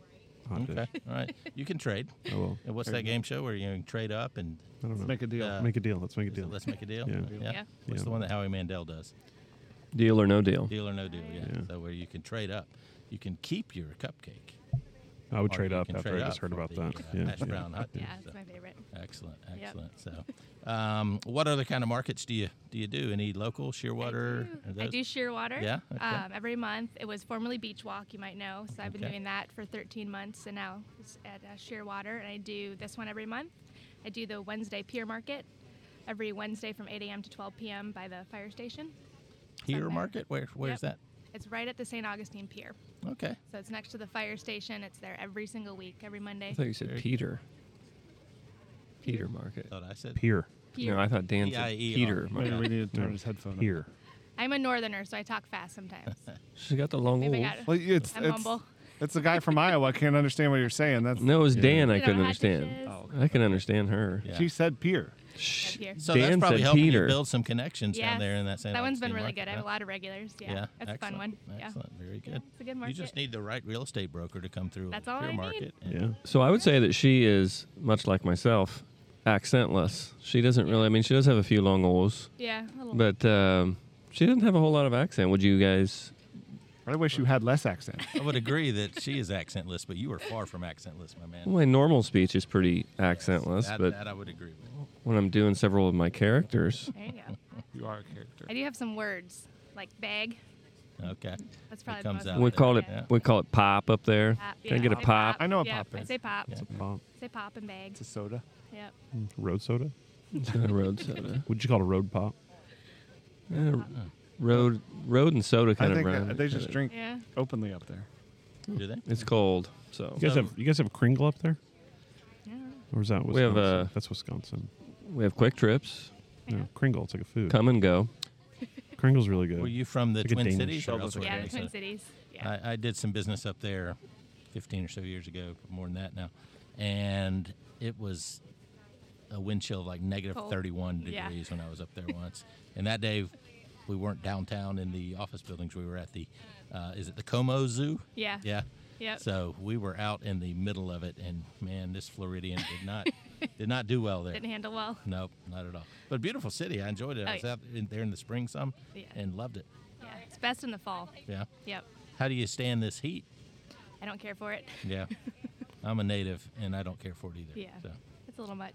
Speaker 4: hot
Speaker 6: Okay.
Speaker 4: dish.
Speaker 6: All right. You can
Speaker 4: *laughs*
Speaker 6: trade.
Speaker 4: I will.
Speaker 6: And what's that game show where you can trade up and
Speaker 4: I don't know.
Speaker 3: Make a deal.
Speaker 6: uh,
Speaker 4: Make a deal. Let's make a
Speaker 6: is it
Speaker 4: deal.
Speaker 6: let's make a deal?
Speaker 4: Yeah.
Speaker 12: Yeah.
Speaker 6: What's
Speaker 4: Yeah.
Speaker 6: the one that Howie Mandel does?
Speaker 2: Deal or no deal.
Speaker 6: Deal or no deal.
Speaker 12: Oh,
Speaker 6: Yeah.
Speaker 4: Yeah.
Speaker 6: So where you can trade up, you can keep your cupcake.
Speaker 4: I would
Speaker 6: or
Speaker 4: trade
Speaker 6: you
Speaker 4: up
Speaker 6: can
Speaker 4: after
Speaker 6: trade
Speaker 4: I just
Speaker 6: up
Speaker 4: heard
Speaker 6: for
Speaker 4: about
Speaker 6: the,
Speaker 4: that.
Speaker 6: uh,
Speaker 4: yeah.
Speaker 6: hash brown hot
Speaker 12: *laughs* Yeah,
Speaker 6: dog.
Speaker 12: it's
Speaker 6: So,
Speaker 12: my favorite.
Speaker 6: Excellent,
Speaker 12: Yep.
Speaker 6: excellent. So, um, what other kind of markets do you do you do? Any local Shearwater?
Speaker 12: I
Speaker 6: Are
Speaker 12: do, I
Speaker 6: those-
Speaker 12: do Shearwater.
Speaker 6: Yeah, okay.
Speaker 12: Um, every month. It was formerly Beach Walk, you might know. So I've been
Speaker 6: Okay.
Speaker 12: doing that for 13 months, and now it's at uh, Shearwater. And I do this one every month. I do the Wednesday Pier Market every Wednesday from 8 a.m. to 12 p.m. by the fire station.
Speaker 6: Here
Speaker 12: Sunday.
Speaker 6: Market? Where where's
Speaker 12: Yep. It's right at the St. Augustine Pier.
Speaker 6: that? Okay.
Speaker 12: So it's next to the fire station. It's there every single week, every Monday.
Speaker 2: I thought you said
Speaker 6: Very-
Speaker 2: Peter. Peter Market.
Speaker 6: Thought I said E
Speaker 4: Here.
Speaker 2: No, I thought Dan said
Speaker 6: P-I-E-R.
Speaker 2: Peter
Speaker 3: Maybe we
Speaker 2: Market.
Speaker 3: need to turn his headphone up.
Speaker 4: Here.
Speaker 12: I'm a northerner, so I talk fast
Speaker 6: *laughs*
Speaker 12: sometimes.
Speaker 2: She's got the long
Speaker 12: Maybe I
Speaker 2: wolf.
Speaker 12: got it.
Speaker 3: Well, it's
Speaker 12: I'm
Speaker 3: it's,
Speaker 12: humble.
Speaker 3: it's the guy from Iowa. I can't understand what you're saying. That's
Speaker 2: No, it was Dan. I
Speaker 12: Is it
Speaker 2: couldn't
Speaker 12: on hot
Speaker 2: understand.
Speaker 12: dishes? Oh,
Speaker 2: I can understand her.
Speaker 6: Yeah.
Speaker 3: she said peer.
Speaker 2: Shh.
Speaker 12: Pier.
Speaker 6: So
Speaker 2: Dan
Speaker 6: that's probably
Speaker 2: said
Speaker 6: helping
Speaker 2: Peter.
Speaker 6: you build some connections
Speaker 12: Yes.
Speaker 6: down there in that St.
Speaker 12: That one's been
Speaker 6: Augustine
Speaker 12: really
Speaker 6: market,
Speaker 12: good. I have a
Speaker 6: huh?
Speaker 12: lot of regulars. Yeah, that's a fun one.
Speaker 6: excellent, Excellent. Very
Speaker 12: Yeah,
Speaker 6: good.
Speaker 12: it's a good
Speaker 6: You just
Speaker 12: market.
Speaker 6: need the right real estate broker to come through.
Speaker 12: That's
Speaker 6: a
Speaker 12: all
Speaker 6: fair
Speaker 12: I need.
Speaker 6: market. and-
Speaker 4: Yeah.
Speaker 2: So I would say that she is much like myself, accentless. She doesn't really. I mean, she does have a few long O's,
Speaker 12: Yeah, yeah. a little-
Speaker 2: but um, she doesn't have a whole lot of accent. Would you guys?
Speaker 3: I wish you had less accent.
Speaker 6: I would agree that she is accentless, but you are far from accentless, my man.
Speaker 2: Well, my normal speech is pretty accentless,
Speaker 6: that,
Speaker 2: but
Speaker 6: that I would agree with.
Speaker 2: when I'm doing several of my characters,
Speaker 12: There you
Speaker 6: *laughs*
Speaker 12: go.
Speaker 3: You are a character.
Speaker 12: I do have some words like bag.
Speaker 6: Okay.
Speaker 12: That's probably
Speaker 6: comes
Speaker 12: the
Speaker 6: out
Speaker 12: most
Speaker 2: we
Speaker 6: with
Speaker 2: call it
Speaker 12: Yeah.
Speaker 2: we call it pop up there.
Speaker 12: Pop,
Speaker 2: Can I
Speaker 12: yeah,
Speaker 2: get a
Speaker 12: say
Speaker 2: pop?
Speaker 3: I know what
Speaker 12: yeah,
Speaker 3: pop
Speaker 12: I
Speaker 3: is.
Speaker 12: say pop.
Speaker 6: Yeah.
Speaker 4: Pop.
Speaker 12: Say pop and bag.
Speaker 3: It's a soda.
Speaker 12: Yep.
Speaker 4: Road soda?
Speaker 2: Uh, *laughs* road soda.
Speaker 4: Would you call it a road pop?
Speaker 2: Uh, road road and soda kind
Speaker 3: I think
Speaker 2: of
Speaker 3: uh,
Speaker 2: round.
Speaker 3: they just drink
Speaker 12: Yeah.
Speaker 3: openly up there.
Speaker 6: Do they?
Speaker 2: It's cold, so
Speaker 4: You guys
Speaker 6: So-
Speaker 4: have you guys have Kringle up there?
Speaker 12: Yeah.
Speaker 4: Or is that Wisconsin?
Speaker 2: We have, uh,
Speaker 4: That's Wisconsin.
Speaker 2: we have quick trips,
Speaker 4: No, Kringle. It's like a food.
Speaker 2: come and go.
Speaker 4: Kringle's really good.
Speaker 6: Were you from the
Speaker 4: It's like a
Speaker 6: Twin
Speaker 4: Danish
Speaker 6: Cities?
Speaker 4: shop.
Speaker 6: or elsewhere?
Speaker 12: Yeah,
Speaker 6: Okay, so
Speaker 12: Twin Cities. Yeah.
Speaker 6: I, I did some business up there 15 or so years ago, more than that now. And it was a wind chill of like negative
Speaker 12: Cold.
Speaker 6: 31 degrees
Speaker 12: Yeah.
Speaker 6: when I was up there
Speaker 12: *laughs*
Speaker 6: once. And that day, we weren't downtown in the office buildings. We were at the, uh, is it the Como Zoo?
Speaker 12: yeah.
Speaker 6: Yeah.
Speaker 12: Yep.
Speaker 6: So we were out in the middle of it, and man, this Floridian
Speaker 12: *laughs*
Speaker 6: did not did not do well there.
Speaker 12: Didn't handle well.
Speaker 6: Nope, not at all. But beautiful city. I enjoyed it.
Speaker 12: Oh,
Speaker 6: I was
Speaker 12: yeah.
Speaker 6: out in, there in the spring some
Speaker 12: Yeah.
Speaker 6: and loved it.
Speaker 12: Yeah. It's best in the fall.
Speaker 6: Yeah.
Speaker 12: Yep.
Speaker 6: How do you stand this heat?
Speaker 12: I don't care for it. *laughs*
Speaker 6: Yeah. I'm a native, and I don't care for it either.
Speaker 12: Yeah.
Speaker 6: So.
Speaker 12: It's a little much.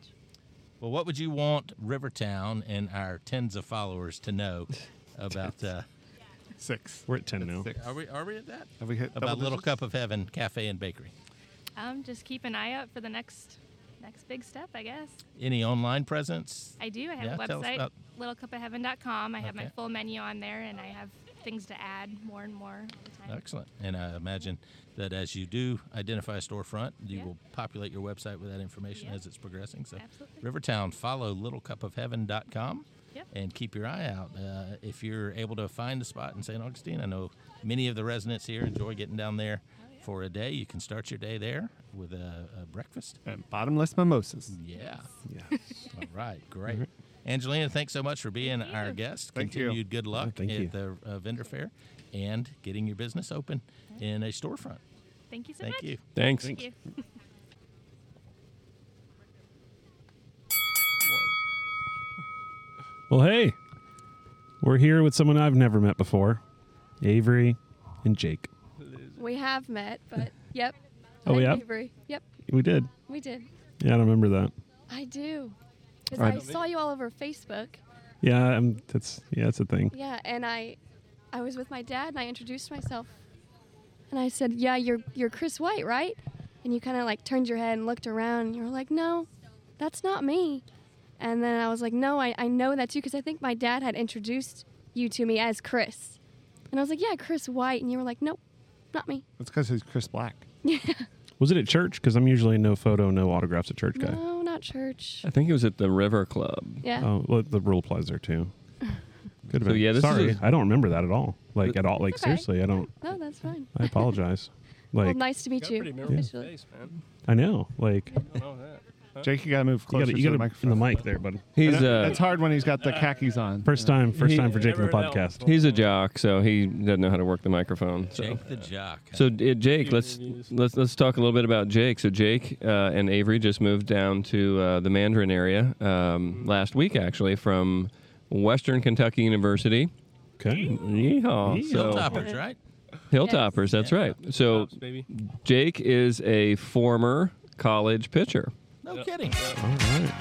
Speaker 6: Well, what would you want Rivertown and our tens of followers
Speaker 12: *laughs*
Speaker 6: to know about? Uh,
Speaker 3: Six.
Speaker 4: We're at ten now.
Speaker 3: Six.
Speaker 6: are we are we at that?
Speaker 3: Have we hit
Speaker 6: About
Speaker 3: double
Speaker 6: Little
Speaker 3: digits?
Speaker 6: Cup of Heaven Cafe and Bakery.
Speaker 12: Um, just keep an eye out for the next next big step, I guess.
Speaker 6: Any online presence?
Speaker 12: I do. I have
Speaker 6: Yeah,
Speaker 12: a
Speaker 6: tell us
Speaker 12: website,
Speaker 6: about-
Speaker 12: littlecupofheaven.com. I have my
Speaker 6: Okay.
Speaker 12: full menu on there, and I have things to add more and more all the time.
Speaker 6: Excellent. And I imagine that as you do identify a storefront, you
Speaker 12: Yeah.
Speaker 6: will populate your website with that information
Speaker 12: Yeah.
Speaker 6: as it's progressing. So,
Speaker 12: Absolutely.
Speaker 6: Rivertown, follow littlecupofheaven.com
Speaker 12: Yep.
Speaker 6: and keep your eye out. Uh, if you're able to find a spot in St. Augustine, I know many of the residents here enjoy getting down there
Speaker 12: Oh,
Speaker 6: for a day. You can start your day there with a, a breakfast.
Speaker 3: And bottomless mimosas.
Speaker 6: Yeah.
Speaker 4: Yes.
Speaker 6: All right. Great. Angelina, thanks so much for being our guest.
Speaker 3: Thank you.
Speaker 6: Continued good luck
Speaker 4: thank
Speaker 6: at
Speaker 4: you.
Speaker 6: the uh, vendor fair and getting your business open in a storefront.
Speaker 12: Thank you so
Speaker 6: Thank
Speaker 12: much.
Speaker 6: you.
Speaker 2: Thanks.
Speaker 12: Thank you.
Speaker 4: Well, hey, we're here with someone I've never met before, Avery and Jake.
Speaker 13: We have
Speaker 10: *laughs*
Speaker 4: *laughs*
Speaker 13: met, but yep.
Speaker 4: Oh,
Speaker 13: Hi,
Speaker 4: yeah?
Speaker 13: Avery. Yep,
Speaker 4: We did.
Speaker 13: we did.
Speaker 4: Yeah, I remember that.
Speaker 10: I do. Because
Speaker 4: Alright.
Speaker 10: I saw you all over Facebook.
Speaker 4: Yeah, I'm, that's yeah, that's a thing.
Speaker 10: Yeah, and I, I was with my dad, and I introduced myself, and I said, "Yeah, you're you're Chris White, right?" And you kind of like turned your head and looked around, and you were like, "No, that's not me." And then I was like, "No, I, I know that's you because I think my dad had introduced you to me as Chris." And I was like, "Yeah, Chris White," and you were like, "Nope, not me." *laughs*
Speaker 3: That's because he's Chris Black.
Speaker 4: Was it at church? Because I'm usually no photo, no autographs at church guy.
Speaker 10: No, not
Speaker 4: *laughs*
Speaker 10: church.
Speaker 2: I think it was at the River Club.
Speaker 10: Yeah.
Speaker 4: Oh, well, the rule applies
Speaker 10: *laughs*
Speaker 4: there too. Good.
Speaker 2: So, yeah, this is
Speaker 4: Sorry,
Speaker 2: a-
Speaker 4: I I don't remember that at all. Like at all. Like
Speaker 10: okay.
Speaker 4: seriously, I don't.
Speaker 10: No, that's fine.
Speaker 4: I apologize.
Speaker 10: *laughs* well,
Speaker 4: Like
Speaker 10: nice to meet you. officially.
Speaker 4: I know. Like
Speaker 3: Jake, you gotta move
Speaker 4: Oh, you
Speaker 3: closer
Speaker 4: got
Speaker 3: to the
Speaker 4: to in
Speaker 3: microphone.
Speaker 4: the mic there, bud.
Speaker 2: He's
Speaker 3: And that-
Speaker 2: uh,
Speaker 3: that's hard when he's got the khakis on.
Speaker 4: First time, first
Speaker 2: He-
Speaker 4: time for Jake in the podcast.
Speaker 2: he's a jock, so he doesn't know how to work the microphone. So.
Speaker 6: Jake the Jock.
Speaker 2: So uh, Jake, let's let's let's talk a little bit about Jake. So Jake uh, and Avery just moved down to uh, the Mandarin area um, last week, actually, from Western Kentucky University.
Speaker 4: Okay.
Speaker 2: Yeehaw! So
Speaker 6: Hilltoppers, right?
Speaker 2: Hilltoppers, that's right. So
Speaker 9: Tops, baby.
Speaker 2: Jake is a former college pitcher.
Speaker 6: No kidding.
Speaker 4: All right.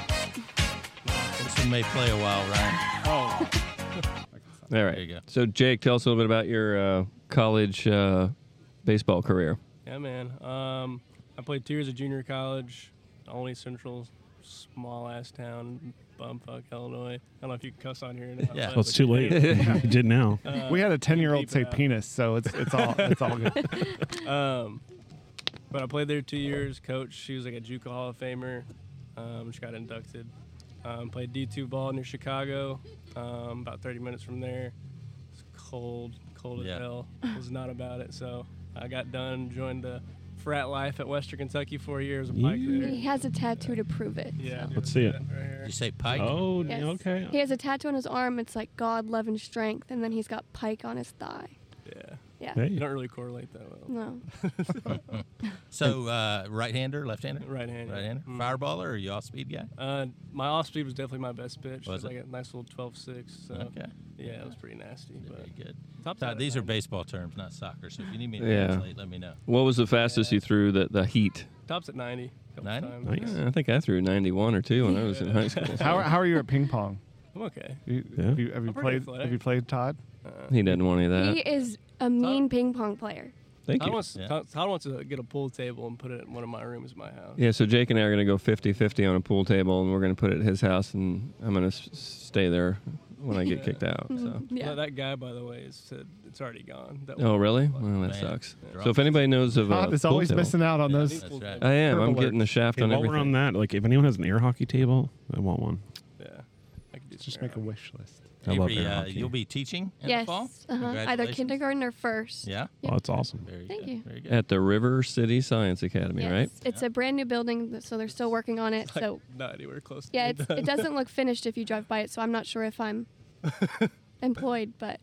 Speaker 6: This one may play a while, Ryan.
Speaker 12: *laughs*
Speaker 9: Oh,
Speaker 2: All right.
Speaker 6: There you go.
Speaker 2: So Jake, tell us a little bit about your uh, college uh, baseball career.
Speaker 9: yeah, man. Um, I played two years of junior college, only Central, small ass town, bumfuck Illinois. I don't know if you can cuss on here. Or not,
Speaker 6: Yeah.
Speaker 9: but- Uh,
Speaker 6: Well,
Speaker 4: Well, it's too late. *laughs* you did now.
Speaker 3: we had a ten-year-old
Speaker 9: keep it
Speaker 3: say
Speaker 9: out.
Speaker 3: penis, so it's it's all it's all
Speaker 9: *laughs*
Speaker 3: good.
Speaker 9: Um, but I played there two years. Coach, she was like a JUCO Hall of Famer. Um, she got inducted. Um, played D2 ball near Chicago, um, about 30 minutes from there. It's cold, cold
Speaker 6: Yeah.
Speaker 9: as hell. Was not about it. So I got done, joined the frat life at Western Kentucky four years. Pike there.
Speaker 10: He has a tattoo to prove it.
Speaker 9: Yeah,
Speaker 4: Let's see it.
Speaker 9: right here.
Speaker 6: You say Pike?
Speaker 4: Oh,
Speaker 10: Yes.
Speaker 4: okay.
Speaker 10: He has a tattoo on his arm. It's like God, love, and strength. And then he's got Pike on his thigh.
Speaker 9: Yeah,
Speaker 10: Yeah.
Speaker 9: you
Speaker 4: Hey.
Speaker 9: don't really correlate that well.
Speaker 10: No.
Speaker 6: *laughs* So uh, right-hander, left-hander,
Speaker 9: Right-handed.
Speaker 6: right-hander,
Speaker 9: Mm.
Speaker 6: fireballer or you off-speed guy?
Speaker 9: Uh, my off speed was definitely my best pitch.
Speaker 6: Was
Speaker 9: It was
Speaker 6: it?
Speaker 9: like a nice little 12-6. So
Speaker 6: Okay.
Speaker 9: yeah, it was pretty nasty. But
Speaker 6: Very good. Todd,
Speaker 9: Top side,
Speaker 6: Uh, these are
Speaker 9: man.
Speaker 6: baseball terms, not soccer. So if you need me to
Speaker 2: Yeah.
Speaker 6: translate, let me know.
Speaker 2: What was the fastest you threw the, the heat?
Speaker 9: tops at 90. a couple
Speaker 6: 90?
Speaker 9: times.
Speaker 4: Nice.
Speaker 2: Oh, Yeah, I think I threw 91 or two when I was in high school.
Speaker 3: How,
Speaker 6: *laughs*
Speaker 3: are- how are you at ping pong?
Speaker 9: I'm okay.
Speaker 3: You,
Speaker 4: Yeah.
Speaker 3: Have you, have you
Speaker 9: I'm pretty
Speaker 3: played?
Speaker 9: athletic.
Speaker 3: Have you played Todd?
Speaker 6: Uh-uh.
Speaker 2: He didn't want any of
Speaker 10: He
Speaker 4: Uh,
Speaker 2: that.
Speaker 10: is a mean ping pong player.
Speaker 2: Thank
Speaker 9: Todd
Speaker 2: you.
Speaker 9: wants,
Speaker 6: Yeah.
Speaker 9: Todd, Todd wants to get a pool table and put it in one of my rooms in my house.
Speaker 2: Yeah, so Jake and I are going to go 50 50 on a pool table, and we're going to put it at his house, and I'm going to s- stay there when I get
Speaker 9: Yeah.
Speaker 2: kicked out. So.
Speaker 10: Mm-hmm. Yeah.
Speaker 9: No, that guy, by the way, is said it's already gone. That
Speaker 2: Oh,
Speaker 9: one.
Speaker 2: really?
Speaker 9: Fuck.
Speaker 2: Well, that
Speaker 6: Man.
Speaker 2: sucks.
Speaker 6: Yeah.
Speaker 2: So if anybody knows of a
Speaker 3: Todd is
Speaker 2: pool
Speaker 3: always
Speaker 2: table-
Speaker 3: missing out on
Speaker 6: Yeah,
Speaker 3: those.
Speaker 6: That's right.
Speaker 2: I am. I'm
Speaker 3: Purple
Speaker 2: getting the shaft
Speaker 4: Hey,
Speaker 2: on
Speaker 4: while
Speaker 2: everything.
Speaker 4: we're on that, like if anyone has an air hockey table, I want one.
Speaker 9: Yeah. I could do some
Speaker 3: Just
Speaker 9: air
Speaker 3: make a
Speaker 9: hockey.
Speaker 3: wish list.
Speaker 4: I love
Speaker 6: Avery,
Speaker 4: air
Speaker 6: uh,
Speaker 4: hockey.
Speaker 6: you'll be teaching in the
Speaker 10: yes.
Speaker 6: fall?
Speaker 10: Uh-huh. Either
Speaker 6: Congratulations.
Speaker 10: kindergarten or first.
Speaker 6: Yeah.
Speaker 4: Oh, that's awesome.
Speaker 6: Very
Speaker 10: Thank
Speaker 6: good.
Speaker 10: you.
Speaker 6: Very good.
Speaker 2: At the River City Science Academy,
Speaker 10: Yes.
Speaker 2: right?
Speaker 10: It's a brand new building, th- so they're still working on it.
Speaker 2: *laughs*
Speaker 9: Like,
Speaker 4: *laughs*
Speaker 10: So
Speaker 9: not anywhere close. to
Speaker 10: yeah,
Speaker 9: being
Speaker 10: it's,
Speaker 9: done.
Speaker 10: it
Speaker 9: *laughs*
Speaker 10: doesn't look finished if you drive by it. So I'm not sure if
Speaker 4: *laughs*
Speaker 10: I'm employed,
Speaker 9: *laughs*
Speaker 10: but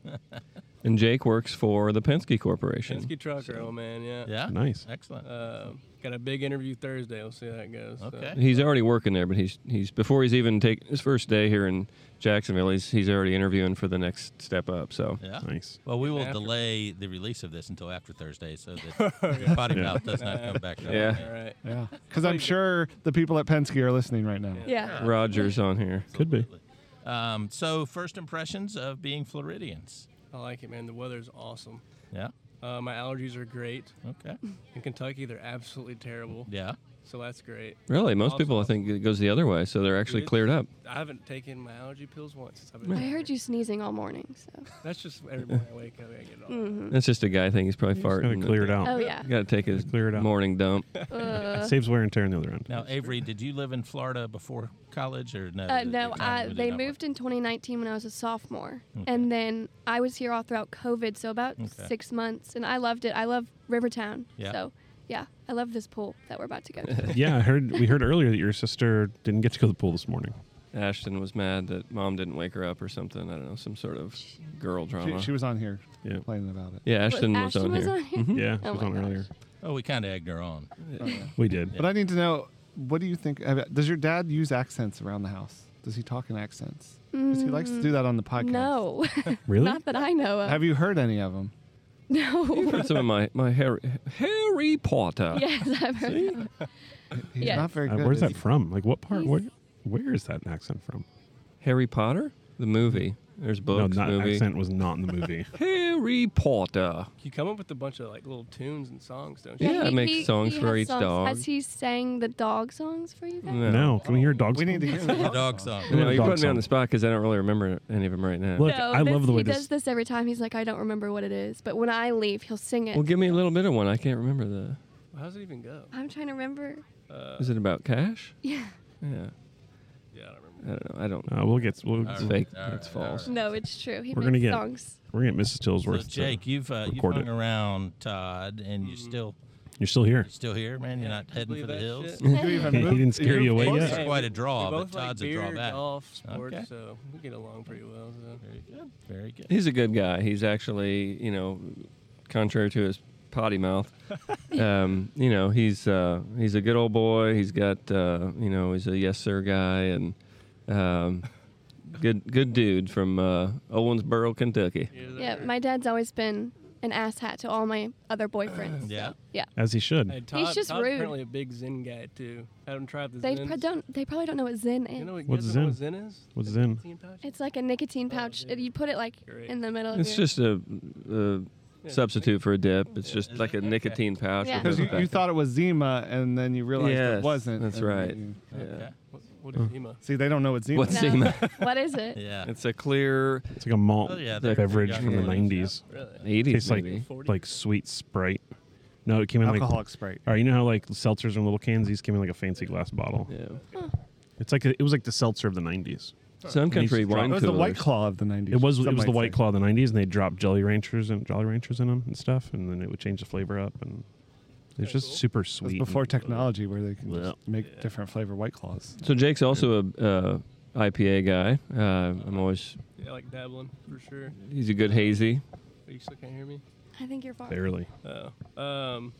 Speaker 2: And Jake works for the Penske Corporation.
Speaker 9: Penske trucker, oh man, yeah.
Speaker 6: Yeah.
Speaker 4: Nice.
Speaker 6: Excellent.
Speaker 9: Um, got a big interview Thursday. We'll see how that goes. so.
Speaker 6: Okay.
Speaker 2: He's already working there, but he's he's before he's even taken his first day here in Jacksonville. He's he's already interviewing for the next step up. So
Speaker 6: Yeah.
Speaker 4: Nice.
Speaker 6: Well, we will
Speaker 9: After-
Speaker 6: delay the release of this until after Thursday so
Speaker 9: *laughs*
Speaker 6: that the potty mouth does not come back. up.
Speaker 2: Yeah.
Speaker 9: All right.
Speaker 3: Yeah, because I'm sure the people at Penske are listening right now.
Speaker 10: yeah.
Speaker 2: Rogers on here.
Speaker 4: Could be.
Speaker 6: Absolutely. Um, so, first impressions of being Floridians.
Speaker 9: I like it, man. The weather's awesome.
Speaker 6: Yeah.
Speaker 9: Uh, my allergies are great.
Speaker 6: Okay.
Speaker 9: In Kentucky, they're absolutely terrible.
Speaker 6: Yeah.
Speaker 9: So that's great.
Speaker 2: Really, most people I
Speaker 9: Awesome.
Speaker 2: think it goes the other way, so they're actually
Speaker 9: It is.
Speaker 2: cleared up.
Speaker 9: I haven't taken my allergy pills once since I've been.
Speaker 10: I
Speaker 9: here.
Speaker 10: heard you sneezing all morning. So Mm-hmm.
Speaker 9: That's just every morning I wake up, I get it all.
Speaker 2: That's just a guy thing. He's probably
Speaker 4: Just gotta
Speaker 2: farting.
Speaker 4: clear it out.
Speaker 10: oh yeah.
Speaker 2: Got to take his
Speaker 4: Clear it out.
Speaker 10: *laughs*
Speaker 2: morning
Speaker 4: *laughs*
Speaker 2: dump.
Speaker 10: Uh,
Speaker 4: Saves wear and tear on the other end.
Speaker 6: Now, Avery, did you live in Florida before college or no?
Speaker 10: Uh,
Speaker 6: Did-
Speaker 10: no,
Speaker 6: did time
Speaker 10: I,
Speaker 6: really
Speaker 10: they
Speaker 6: not work?
Speaker 10: moved in 2019 when I was a sophomore, and then I was here all throughout COVID, so about
Speaker 6: Okay.
Speaker 10: six months, and I loved it. I love Rivertown,
Speaker 6: Yeah.
Speaker 10: so yeah, I love this pool that we're about to go to.
Speaker 4: *laughs* yeah, I heard. We heard earlier that your sister didn't get to go to the pool this morning.
Speaker 2: Ashton was mad that mom didn't wake her up or something. I don't know, some sort of girl
Speaker 3: She,
Speaker 2: drama.
Speaker 3: she was on here
Speaker 4: Yeah.
Speaker 3: complaining about it.
Speaker 2: yeah, Ashton was,
Speaker 10: Ashton
Speaker 2: on
Speaker 10: was
Speaker 2: here.
Speaker 10: on here?
Speaker 2: Mhm.
Speaker 4: Yeah,
Speaker 10: Oh
Speaker 4: she was
Speaker 10: my
Speaker 4: on
Speaker 10: gosh.
Speaker 4: earlier.
Speaker 6: Oh, we kind of egged her on.
Speaker 9: Oh,
Speaker 4: We did.
Speaker 3: But I need to know, what do you think? about- Does your dad use accents around the house? Does he talk in accents? Because he likes to do that on the podcast.
Speaker 10: Mm, No,
Speaker 4: *laughs*
Speaker 10: *laughs*
Speaker 4: Really?
Speaker 10: not that I know of.
Speaker 3: Have you heard any of them?
Speaker 10: *laughs* no,
Speaker 2: Heard some of my my Harry, Harry Harry Potter.
Speaker 10: Yes, I've heard
Speaker 2: See?
Speaker 10: that.
Speaker 13: He's
Speaker 10: Yeah.
Speaker 13: not very
Speaker 4: Uh,
Speaker 13: good.
Speaker 4: where's
Speaker 13: is
Speaker 4: that
Speaker 13: he?
Speaker 4: from? Like what part?
Speaker 10: He's-
Speaker 4: Where, where is that accent from?
Speaker 2: Harry Potter, the movie. There's books,
Speaker 4: no, that
Speaker 2: movie.
Speaker 4: accent was not in the movie.
Speaker 2: *laughs* Harry Potter.
Speaker 9: You come up with a bunch of like little tunes and songs, don't you?
Speaker 2: Yeah, it makes songs for
Speaker 10: has
Speaker 2: each dog.
Speaker 10: Has he sang the dog songs for you guys?
Speaker 2: No.
Speaker 4: no, can we hear dogs?
Speaker 13: We need to hear
Speaker 6: The
Speaker 13: the
Speaker 6: dog song.
Speaker 4: *laughs* We
Speaker 2: No,
Speaker 4: want a
Speaker 2: you're
Speaker 4: dog
Speaker 2: putting me on
Speaker 4: song.
Speaker 2: the spot because I don't really remember any of them right now.
Speaker 4: Look, I
Speaker 10: this-
Speaker 4: love the way
Speaker 10: he
Speaker 4: this.
Speaker 10: does this every time. He's like, I don't remember what it is, but when I leave, he'll sing it.
Speaker 2: Well, give me a little bit of one. I can't remember the.
Speaker 9: Well, How's it even go?
Speaker 10: I'm trying to remember.
Speaker 9: Uh,
Speaker 2: Is it about cash?
Speaker 10: Yeah.
Speaker 2: Yeah.
Speaker 9: yeah, I don't remember.
Speaker 2: I don't know. I don't.
Speaker 4: Uh, we'll get. We'll,
Speaker 6: All
Speaker 2: It's
Speaker 6: right,
Speaker 2: fake.
Speaker 6: all right,
Speaker 2: it's
Speaker 6: all right.
Speaker 2: false.
Speaker 10: No, it's true. He
Speaker 4: We're
Speaker 10: makes
Speaker 4: gonna get-
Speaker 10: songs.
Speaker 4: We're gonna get Mrs. Tillsworth.
Speaker 6: So
Speaker 4: to-
Speaker 6: Jake, you've uh, you've
Speaker 4: record
Speaker 6: hung
Speaker 4: it.
Speaker 6: around Todd, and you still
Speaker 4: you're still here.
Speaker 6: you're still here, man. You're not heading for
Speaker 9: Mm-hmm. Believe
Speaker 6: the
Speaker 9: that
Speaker 4: *laughs*
Speaker 6: hills.
Speaker 9: shit?
Speaker 3: Do
Speaker 6: *laughs*
Speaker 3: you even
Speaker 4: He, he
Speaker 3: move?
Speaker 4: didn't scare you away
Speaker 9: Well,
Speaker 6: Jake's
Speaker 9: yeah.
Speaker 4: yet.
Speaker 6: quite a draw, but
Speaker 9: we both
Speaker 6: Todd's
Speaker 9: like
Speaker 6: a
Speaker 9: beer,
Speaker 6: drawback.
Speaker 9: golf, sports,
Speaker 6: Okay.
Speaker 9: so we get along pretty well. So.
Speaker 6: Very good. Very good.
Speaker 2: He's a good guy. He's actually, you know, contrary to his potty mouth, um, you know, he's uh, he's a good old boy. He's got, uh, you know, he's a yes sir guy and um, good good dude from uh, Owensboro, Kentucky.
Speaker 10: Yeah, my dad's always been an asshat to all my other
Speaker 9: *clears throat*
Speaker 10: boyfriends.
Speaker 6: Yeah.
Speaker 4: As he should.
Speaker 9: Todd,
Speaker 10: just
Speaker 9: Todd's
Speaker 10: rude.
Speaker 9: Apparently, a big Zen guy too. Had him try out the
Speaker 10: They
Speaker 9: Zens.
Speaker 10: pro- don't. They probably don't know what Zen is.
Speaker 9: You know what,
Speaker 4: What's
Speaker 9: you guys know
Speaker 4: Zen?
Speaker 9: what Zen is?
Speaker 4: What's Zen?
Speaker 9: Nicotine pouch? Oh,
Speaker 10: it's like a nicotine pouch.
Speaker 9: dude.
Speaker 10: It- you put it like
Speaker 9: Great.
Speaker 10: in the middle of
Speaker 2: It's
Speaker 10: your.
Speaker 2: just a, a
Speaker 9: Yeah.
Speaker 2: substitute for a dip. It's just like a nicotine pouch.
Speaker 10: Yeah.
Speaker 2: that
Speaker 3: Because
Speaker 2: goes
Speaker 3: you,
Speaker 2: back
Speaker 3: you
Speaker 2: in.
Speaker 3: thought it was Zima, and then you realized
Speaker 2: Yes,
Speaker 3: it wasn't.
Speaker 2: that's
Speaker 3: and then
Speaker 2: right.
Speaker 3: you-
Speaker 2: Yeah.
Speaker 6: Okay.
Speaker 9: What, what is Hema?
Speaker 3: see, they don't know what Zima
Speaker 2: What's
Speaker 3: is.
Speaker 10: No.
Speaker 2: Zima?
Speaker 3: *laughs*
Speaker 10: *laughs* what is it?
Speaker 6: Yeah.
Speaker 2: It's a clear
Speaker 4: It's like a malt
Speaker 6: Oh, yeah, they're
Speaker 4: beverage
Speaker 6: young
Speaker 4: from the
Speaker 2: kids.
Speaker 4: '90s.
Speaker 9: Really?
Speaker 2: 80s
Speaker 4: Tastes like
Speaker 2: maybe.
Speaker 9: Forty.
Speaker 4: like sweet Sprite. No, it came in like.
Speaker 13: Alcoholic Sprite.
Speaker 4: All right, you know how like seltzers in little cans, these came in like a fancy glass bottle.
Speaker 2: Yeah.
Speaker 4: It's like a, it was like the seltzer of the '90s.
Speaker 2: Some country
Speaker 4: It was
Speaker 2: wine
Speaker 3: It was the White
Speaker 2: coolers.
Speaker 3: Claw of the 90s.
Speaker 4: It was
Speaker 3: some
Speaker 4: it was
Speaker 3: might
Speaker 4: the White
Speaker 3: say.
Speaker 4: Claw of the '90s, and they dropped Jelly Ranchers and Jolly Ranchers in them and stuff, and then it would change the flavor up, and it was just super
Speaker 3: It was
Speaker 4: sweet.
Speaker 3: before
Speaker 4: and-
Speaker 3: technology where they can
Speaker 4: Yeah.
Speaker 3: just make different flavor White Claws.
Speaker 2: So Jake's also a uh, IPA guy. Uh, I'm always
Speaker 9: Yeah, like dabbling for sure. Oh,
Speaker 2: he's a good hazy.
Speaker 9: You still can't hear me.
Speaker 10: I think you're far.
Speaker 4: barely.
Speaker 9: Oh. Um.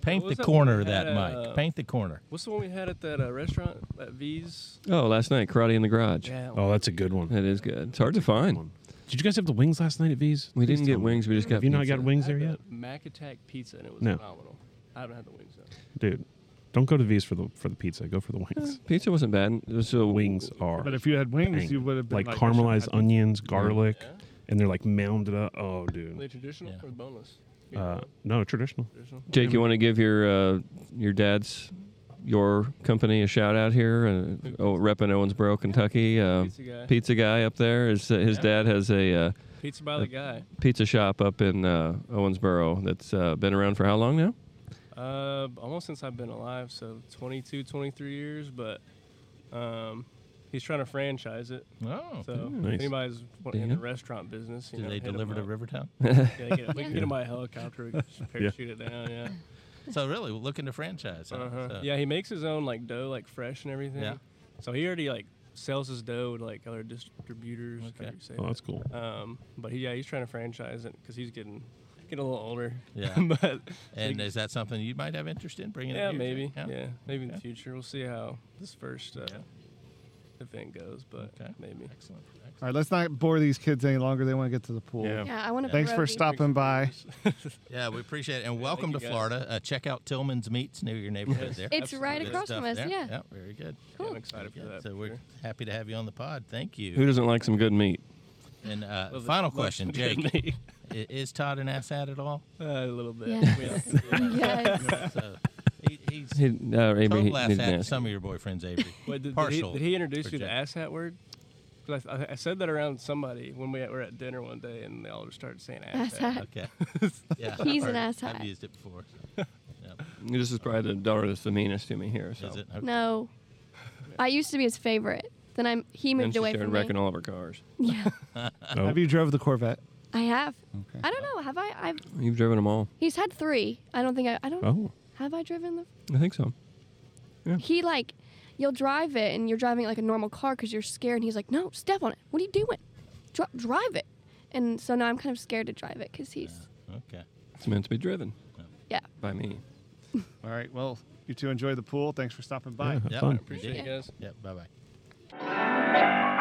Speaker 6: Paint the
Speaker 9: What was that
Speaker 6: corner
Speaker 9: one
Speaker 6: of
Speaker 9: we
Speaker 6: that,
Speaker 9: had,
Speaker 6: Mike.
Speaker 9: uh,
Speaker 6: Paint the corner.
Speaker 9: What's the one we had at that uh, restaurant? That V's.
Speaker 2: Oh, last night karate in the garage.
Speaker 9: Yeah.
Speaker 4: Oh, that's a good one.
Speaker 2: That is good. It's hard to find.
Speaker 4: Did you guys have the wings last night at V's?
Speaker 2: We didn't
Speaker 4: Please
Speaker 2: get
Speaker 4: tell me.
Speaker 2: wings. We just got.
Speaker 4: Have you not
Speaker 2: pizza.
Speaker 4: got wings there yet,
Speaker 9: Mac Attack Pizza, and it was
Speaker 4: No.
Speaker 9: phenomenal. I haven't had the wings though.
Speaker 4: dude? Don't go to V's for the for the pizza. Go for the wings.
Speaker 2: Pizza wasn't bad. It was so
Speaker 4: Wings are
Speaker 3: But if you had wings,
Speaker 4: bang.
Speaker 3: you would have been
Speaker 4: like,
Speaker 3: like, I should've
Speaker 4: caramelized
Speaker 3: had-
Speaker 4: onions, garlic,
Speaker 9: Yeah.
Speaker 4: and they're like mounded up. Oh,
Speaker 9: Are they
Speaker 4: dude.
Speaker 9: traditional
Speaker 6: Yeah.
Speaker 9: or boneless?
Speaker 4: Uh, no, traditional.
Speaker 9: traditional.
Speaker 2: Jake, you want to give your uh, your dad's your company a shout out here? Uh, oh, repping Owensboro, Kentucky. Uh,
Speaker 9: Pizza guy.
Speaker 2: pizza guy up there. His uh, his dad has a uh,
Speaker 9: Pizza by the guy.
Speaker 2: pizza shop up in uh, Owensboro that's uh, been around for how long now?
Speaker 9: Uh, almost since I've been alive, so 22, 23 years. But um, he's trying to franchise it.
Speaker 6: Oh.
Speaker 9: So
Speaker 4: Nice.
Speaker 9: if anybody's wa- in
Speaker 2: Yeah.
Speaker 9: the restaurant business, you
Speaker 6: Do
Speaker 9: know,
Speaker 6: they
Speaker 9: hit 'em
Speaker 6: deliver to
Speaker 9: up.
Speaker 6: Rivertown?
Speaker 9: *laughs* Yeah, they get, we can get him by helicopter, we can just parachute it down. Yeah.
Speaker 6: So really, we're looking to franchise. huh?
Speaker 9: Uh-huh.
Speaker 6: So-
Speaker 9: Yeah, he makes his own like dough, like fresh and everything.
Speaker 6: Yeah.
Speaker 9: So he already like sells his dough to like other distributors.
Speaker 6: Okay.
Speaker 9: however you say
Speaker 4: Oh,
Speaker 9: that.
Speaker 4: that's cool.
Speaker 9: Um, but he, yeah, he's trying to franchise it because he's getting getting a little older.
Speaker 6: Yeah.
Speaker 9: *laughs* but
Speaker 6: And is that something you might have interest in bringing? it
Speaker 9: yeah,
Speaker 6: here,
Speaker 9: maybe.
Speaker 6: Jake?
Speaker 9: Yeah. maybe in
Speaker 6: Yeah.
Speaker 9: the future. We'll see how this first uh, event goes, but
Speaker 6: Okay.
Speaker 9: maybe.
Speaker 6: Excellent.
Speaker 3: All right, let's not bore these kids any longer. They want to get to the pool.
Speaker 2: Yeah.
Speaker 10: Yeah, I want to.
Speaker 3: Thanks for stopping by.
Speaker 6: Yeah, we appreciate it, and welcome
Speaker 9: you
Speaker 6: to
Speaker 9: guys.
Speaker 6: Florida. Uh, check out Tillman's Meats near your neighborhood.
Speaker 9: Yes.
Speaker 6: There,
Speaker 10: It's right
Speaker 6: Good
Speaker 10: across
Speaker 6: stuff
Speaker 10: from us.
Speaker 6: there.
Speaker 10: Yeah.
Speaker 6: very good.
Speaker 9: Yeah, I'm
Speaker 10: Cool.
Speaker 9: excited for
Speaker 6: Yeah,
Speaker 9: that.
Speaker 6: so
Speaker 9: for
Speaker 6: we're
Speaker 9: sure.
Speaker 6: happy to have you on the pod. Thank you.
Speaker 2: Who doesn't like some good meat?
Speaker 6: and uh,
Speaker 9: Love the-
Speaker 6: final
Speaker 9: love
Speaker 6: question,
Speaker 9: the
Speaker 6: Jake:
Speaker 9: company.
Speaker 6: i- Is Todd an asshat at all?
Speaker 9: Uh, a little bit. *laughs*
Speaker 10: Yes.
Speaker 9: Yeah.
Speaker 10: Yes.
Speaker 6: So he, he's
Speaker 2: He, uh, Avery, he
Speaker 6: total
Speaker 2: didn't
Speaker 6: asshat to
Speaker 2: ask.
Speaker 6: some of your boyfriends, Avery.
Speaker 9: Wait, did, did, he,
Speaker 6: Partial.
Speaker 9: did he introduce
Speaker 6: for
Speaker 9: you to
Speaker 6: Jack.
Speaker 9: asshat word? 'Cause I, I, I said that around somebody when we were at dinner one day, and they all just started saying asshat.
Speaker 10: Asshat.
Speaker 6: Okay.
Speaker 9: *laughs*
Speaker 6: Yeah,
Speaker 10: He's
Speaker 6: I've
Speaker 10: an
Speaker 6: heard-
Speaker 10: asshat.
Speaker 6: I've used it before. Yep.
Speaker 2: This is probably the daughter that's the meanest to me here. So.
Speaker 6: Is it? Okay.
Speaker 10: No. I used to be his favorite. Then I'm. He
Speaker 2: Then
Speaker 10: moved
Speaker 2: she
Speaker 10: away
Speaker 2: started
Speaker 10: from
Speaker 2: wrecking
Speaker 10: me.
Speaker 2: all of her cars. *laughs*
Speaker 10: Yeah,
Speaker 4: Oh.
Speaker 3: Have you drove the Corvette?
Speaker 10: I have.
Speaker 3: Okay.
Speaker 10: I don't know. Have I? I've.
Speaker 2: You've driven them all.
Speaker 10: He's had three. I don't think I. I don't.
Speaker 4: Oh,
Speaker 10: Have I driven the?
Speaker 2: I think so.
Speaker 10: He like, you'll drive it and you're driving it like a normal car because you're scared. And he's like, no, step on it. What are you doing? Dri- drive it. And so now I'm kind of scared to drive it because he's.
Speaker 6: okay.
Speaker 2: It's meant to be driven
Speaker 10: Yeah.
Speaker 2: by me.
Speaker 3: All right, well, you two enjoy the pool. Thanks for stopping by.
Speaker 4: yeah, have
Speaker 6: Yep.
Speaker 4: fun.
Speaker 9: Appreciate it, guys.
Speaker 6: Yep. Bye bye.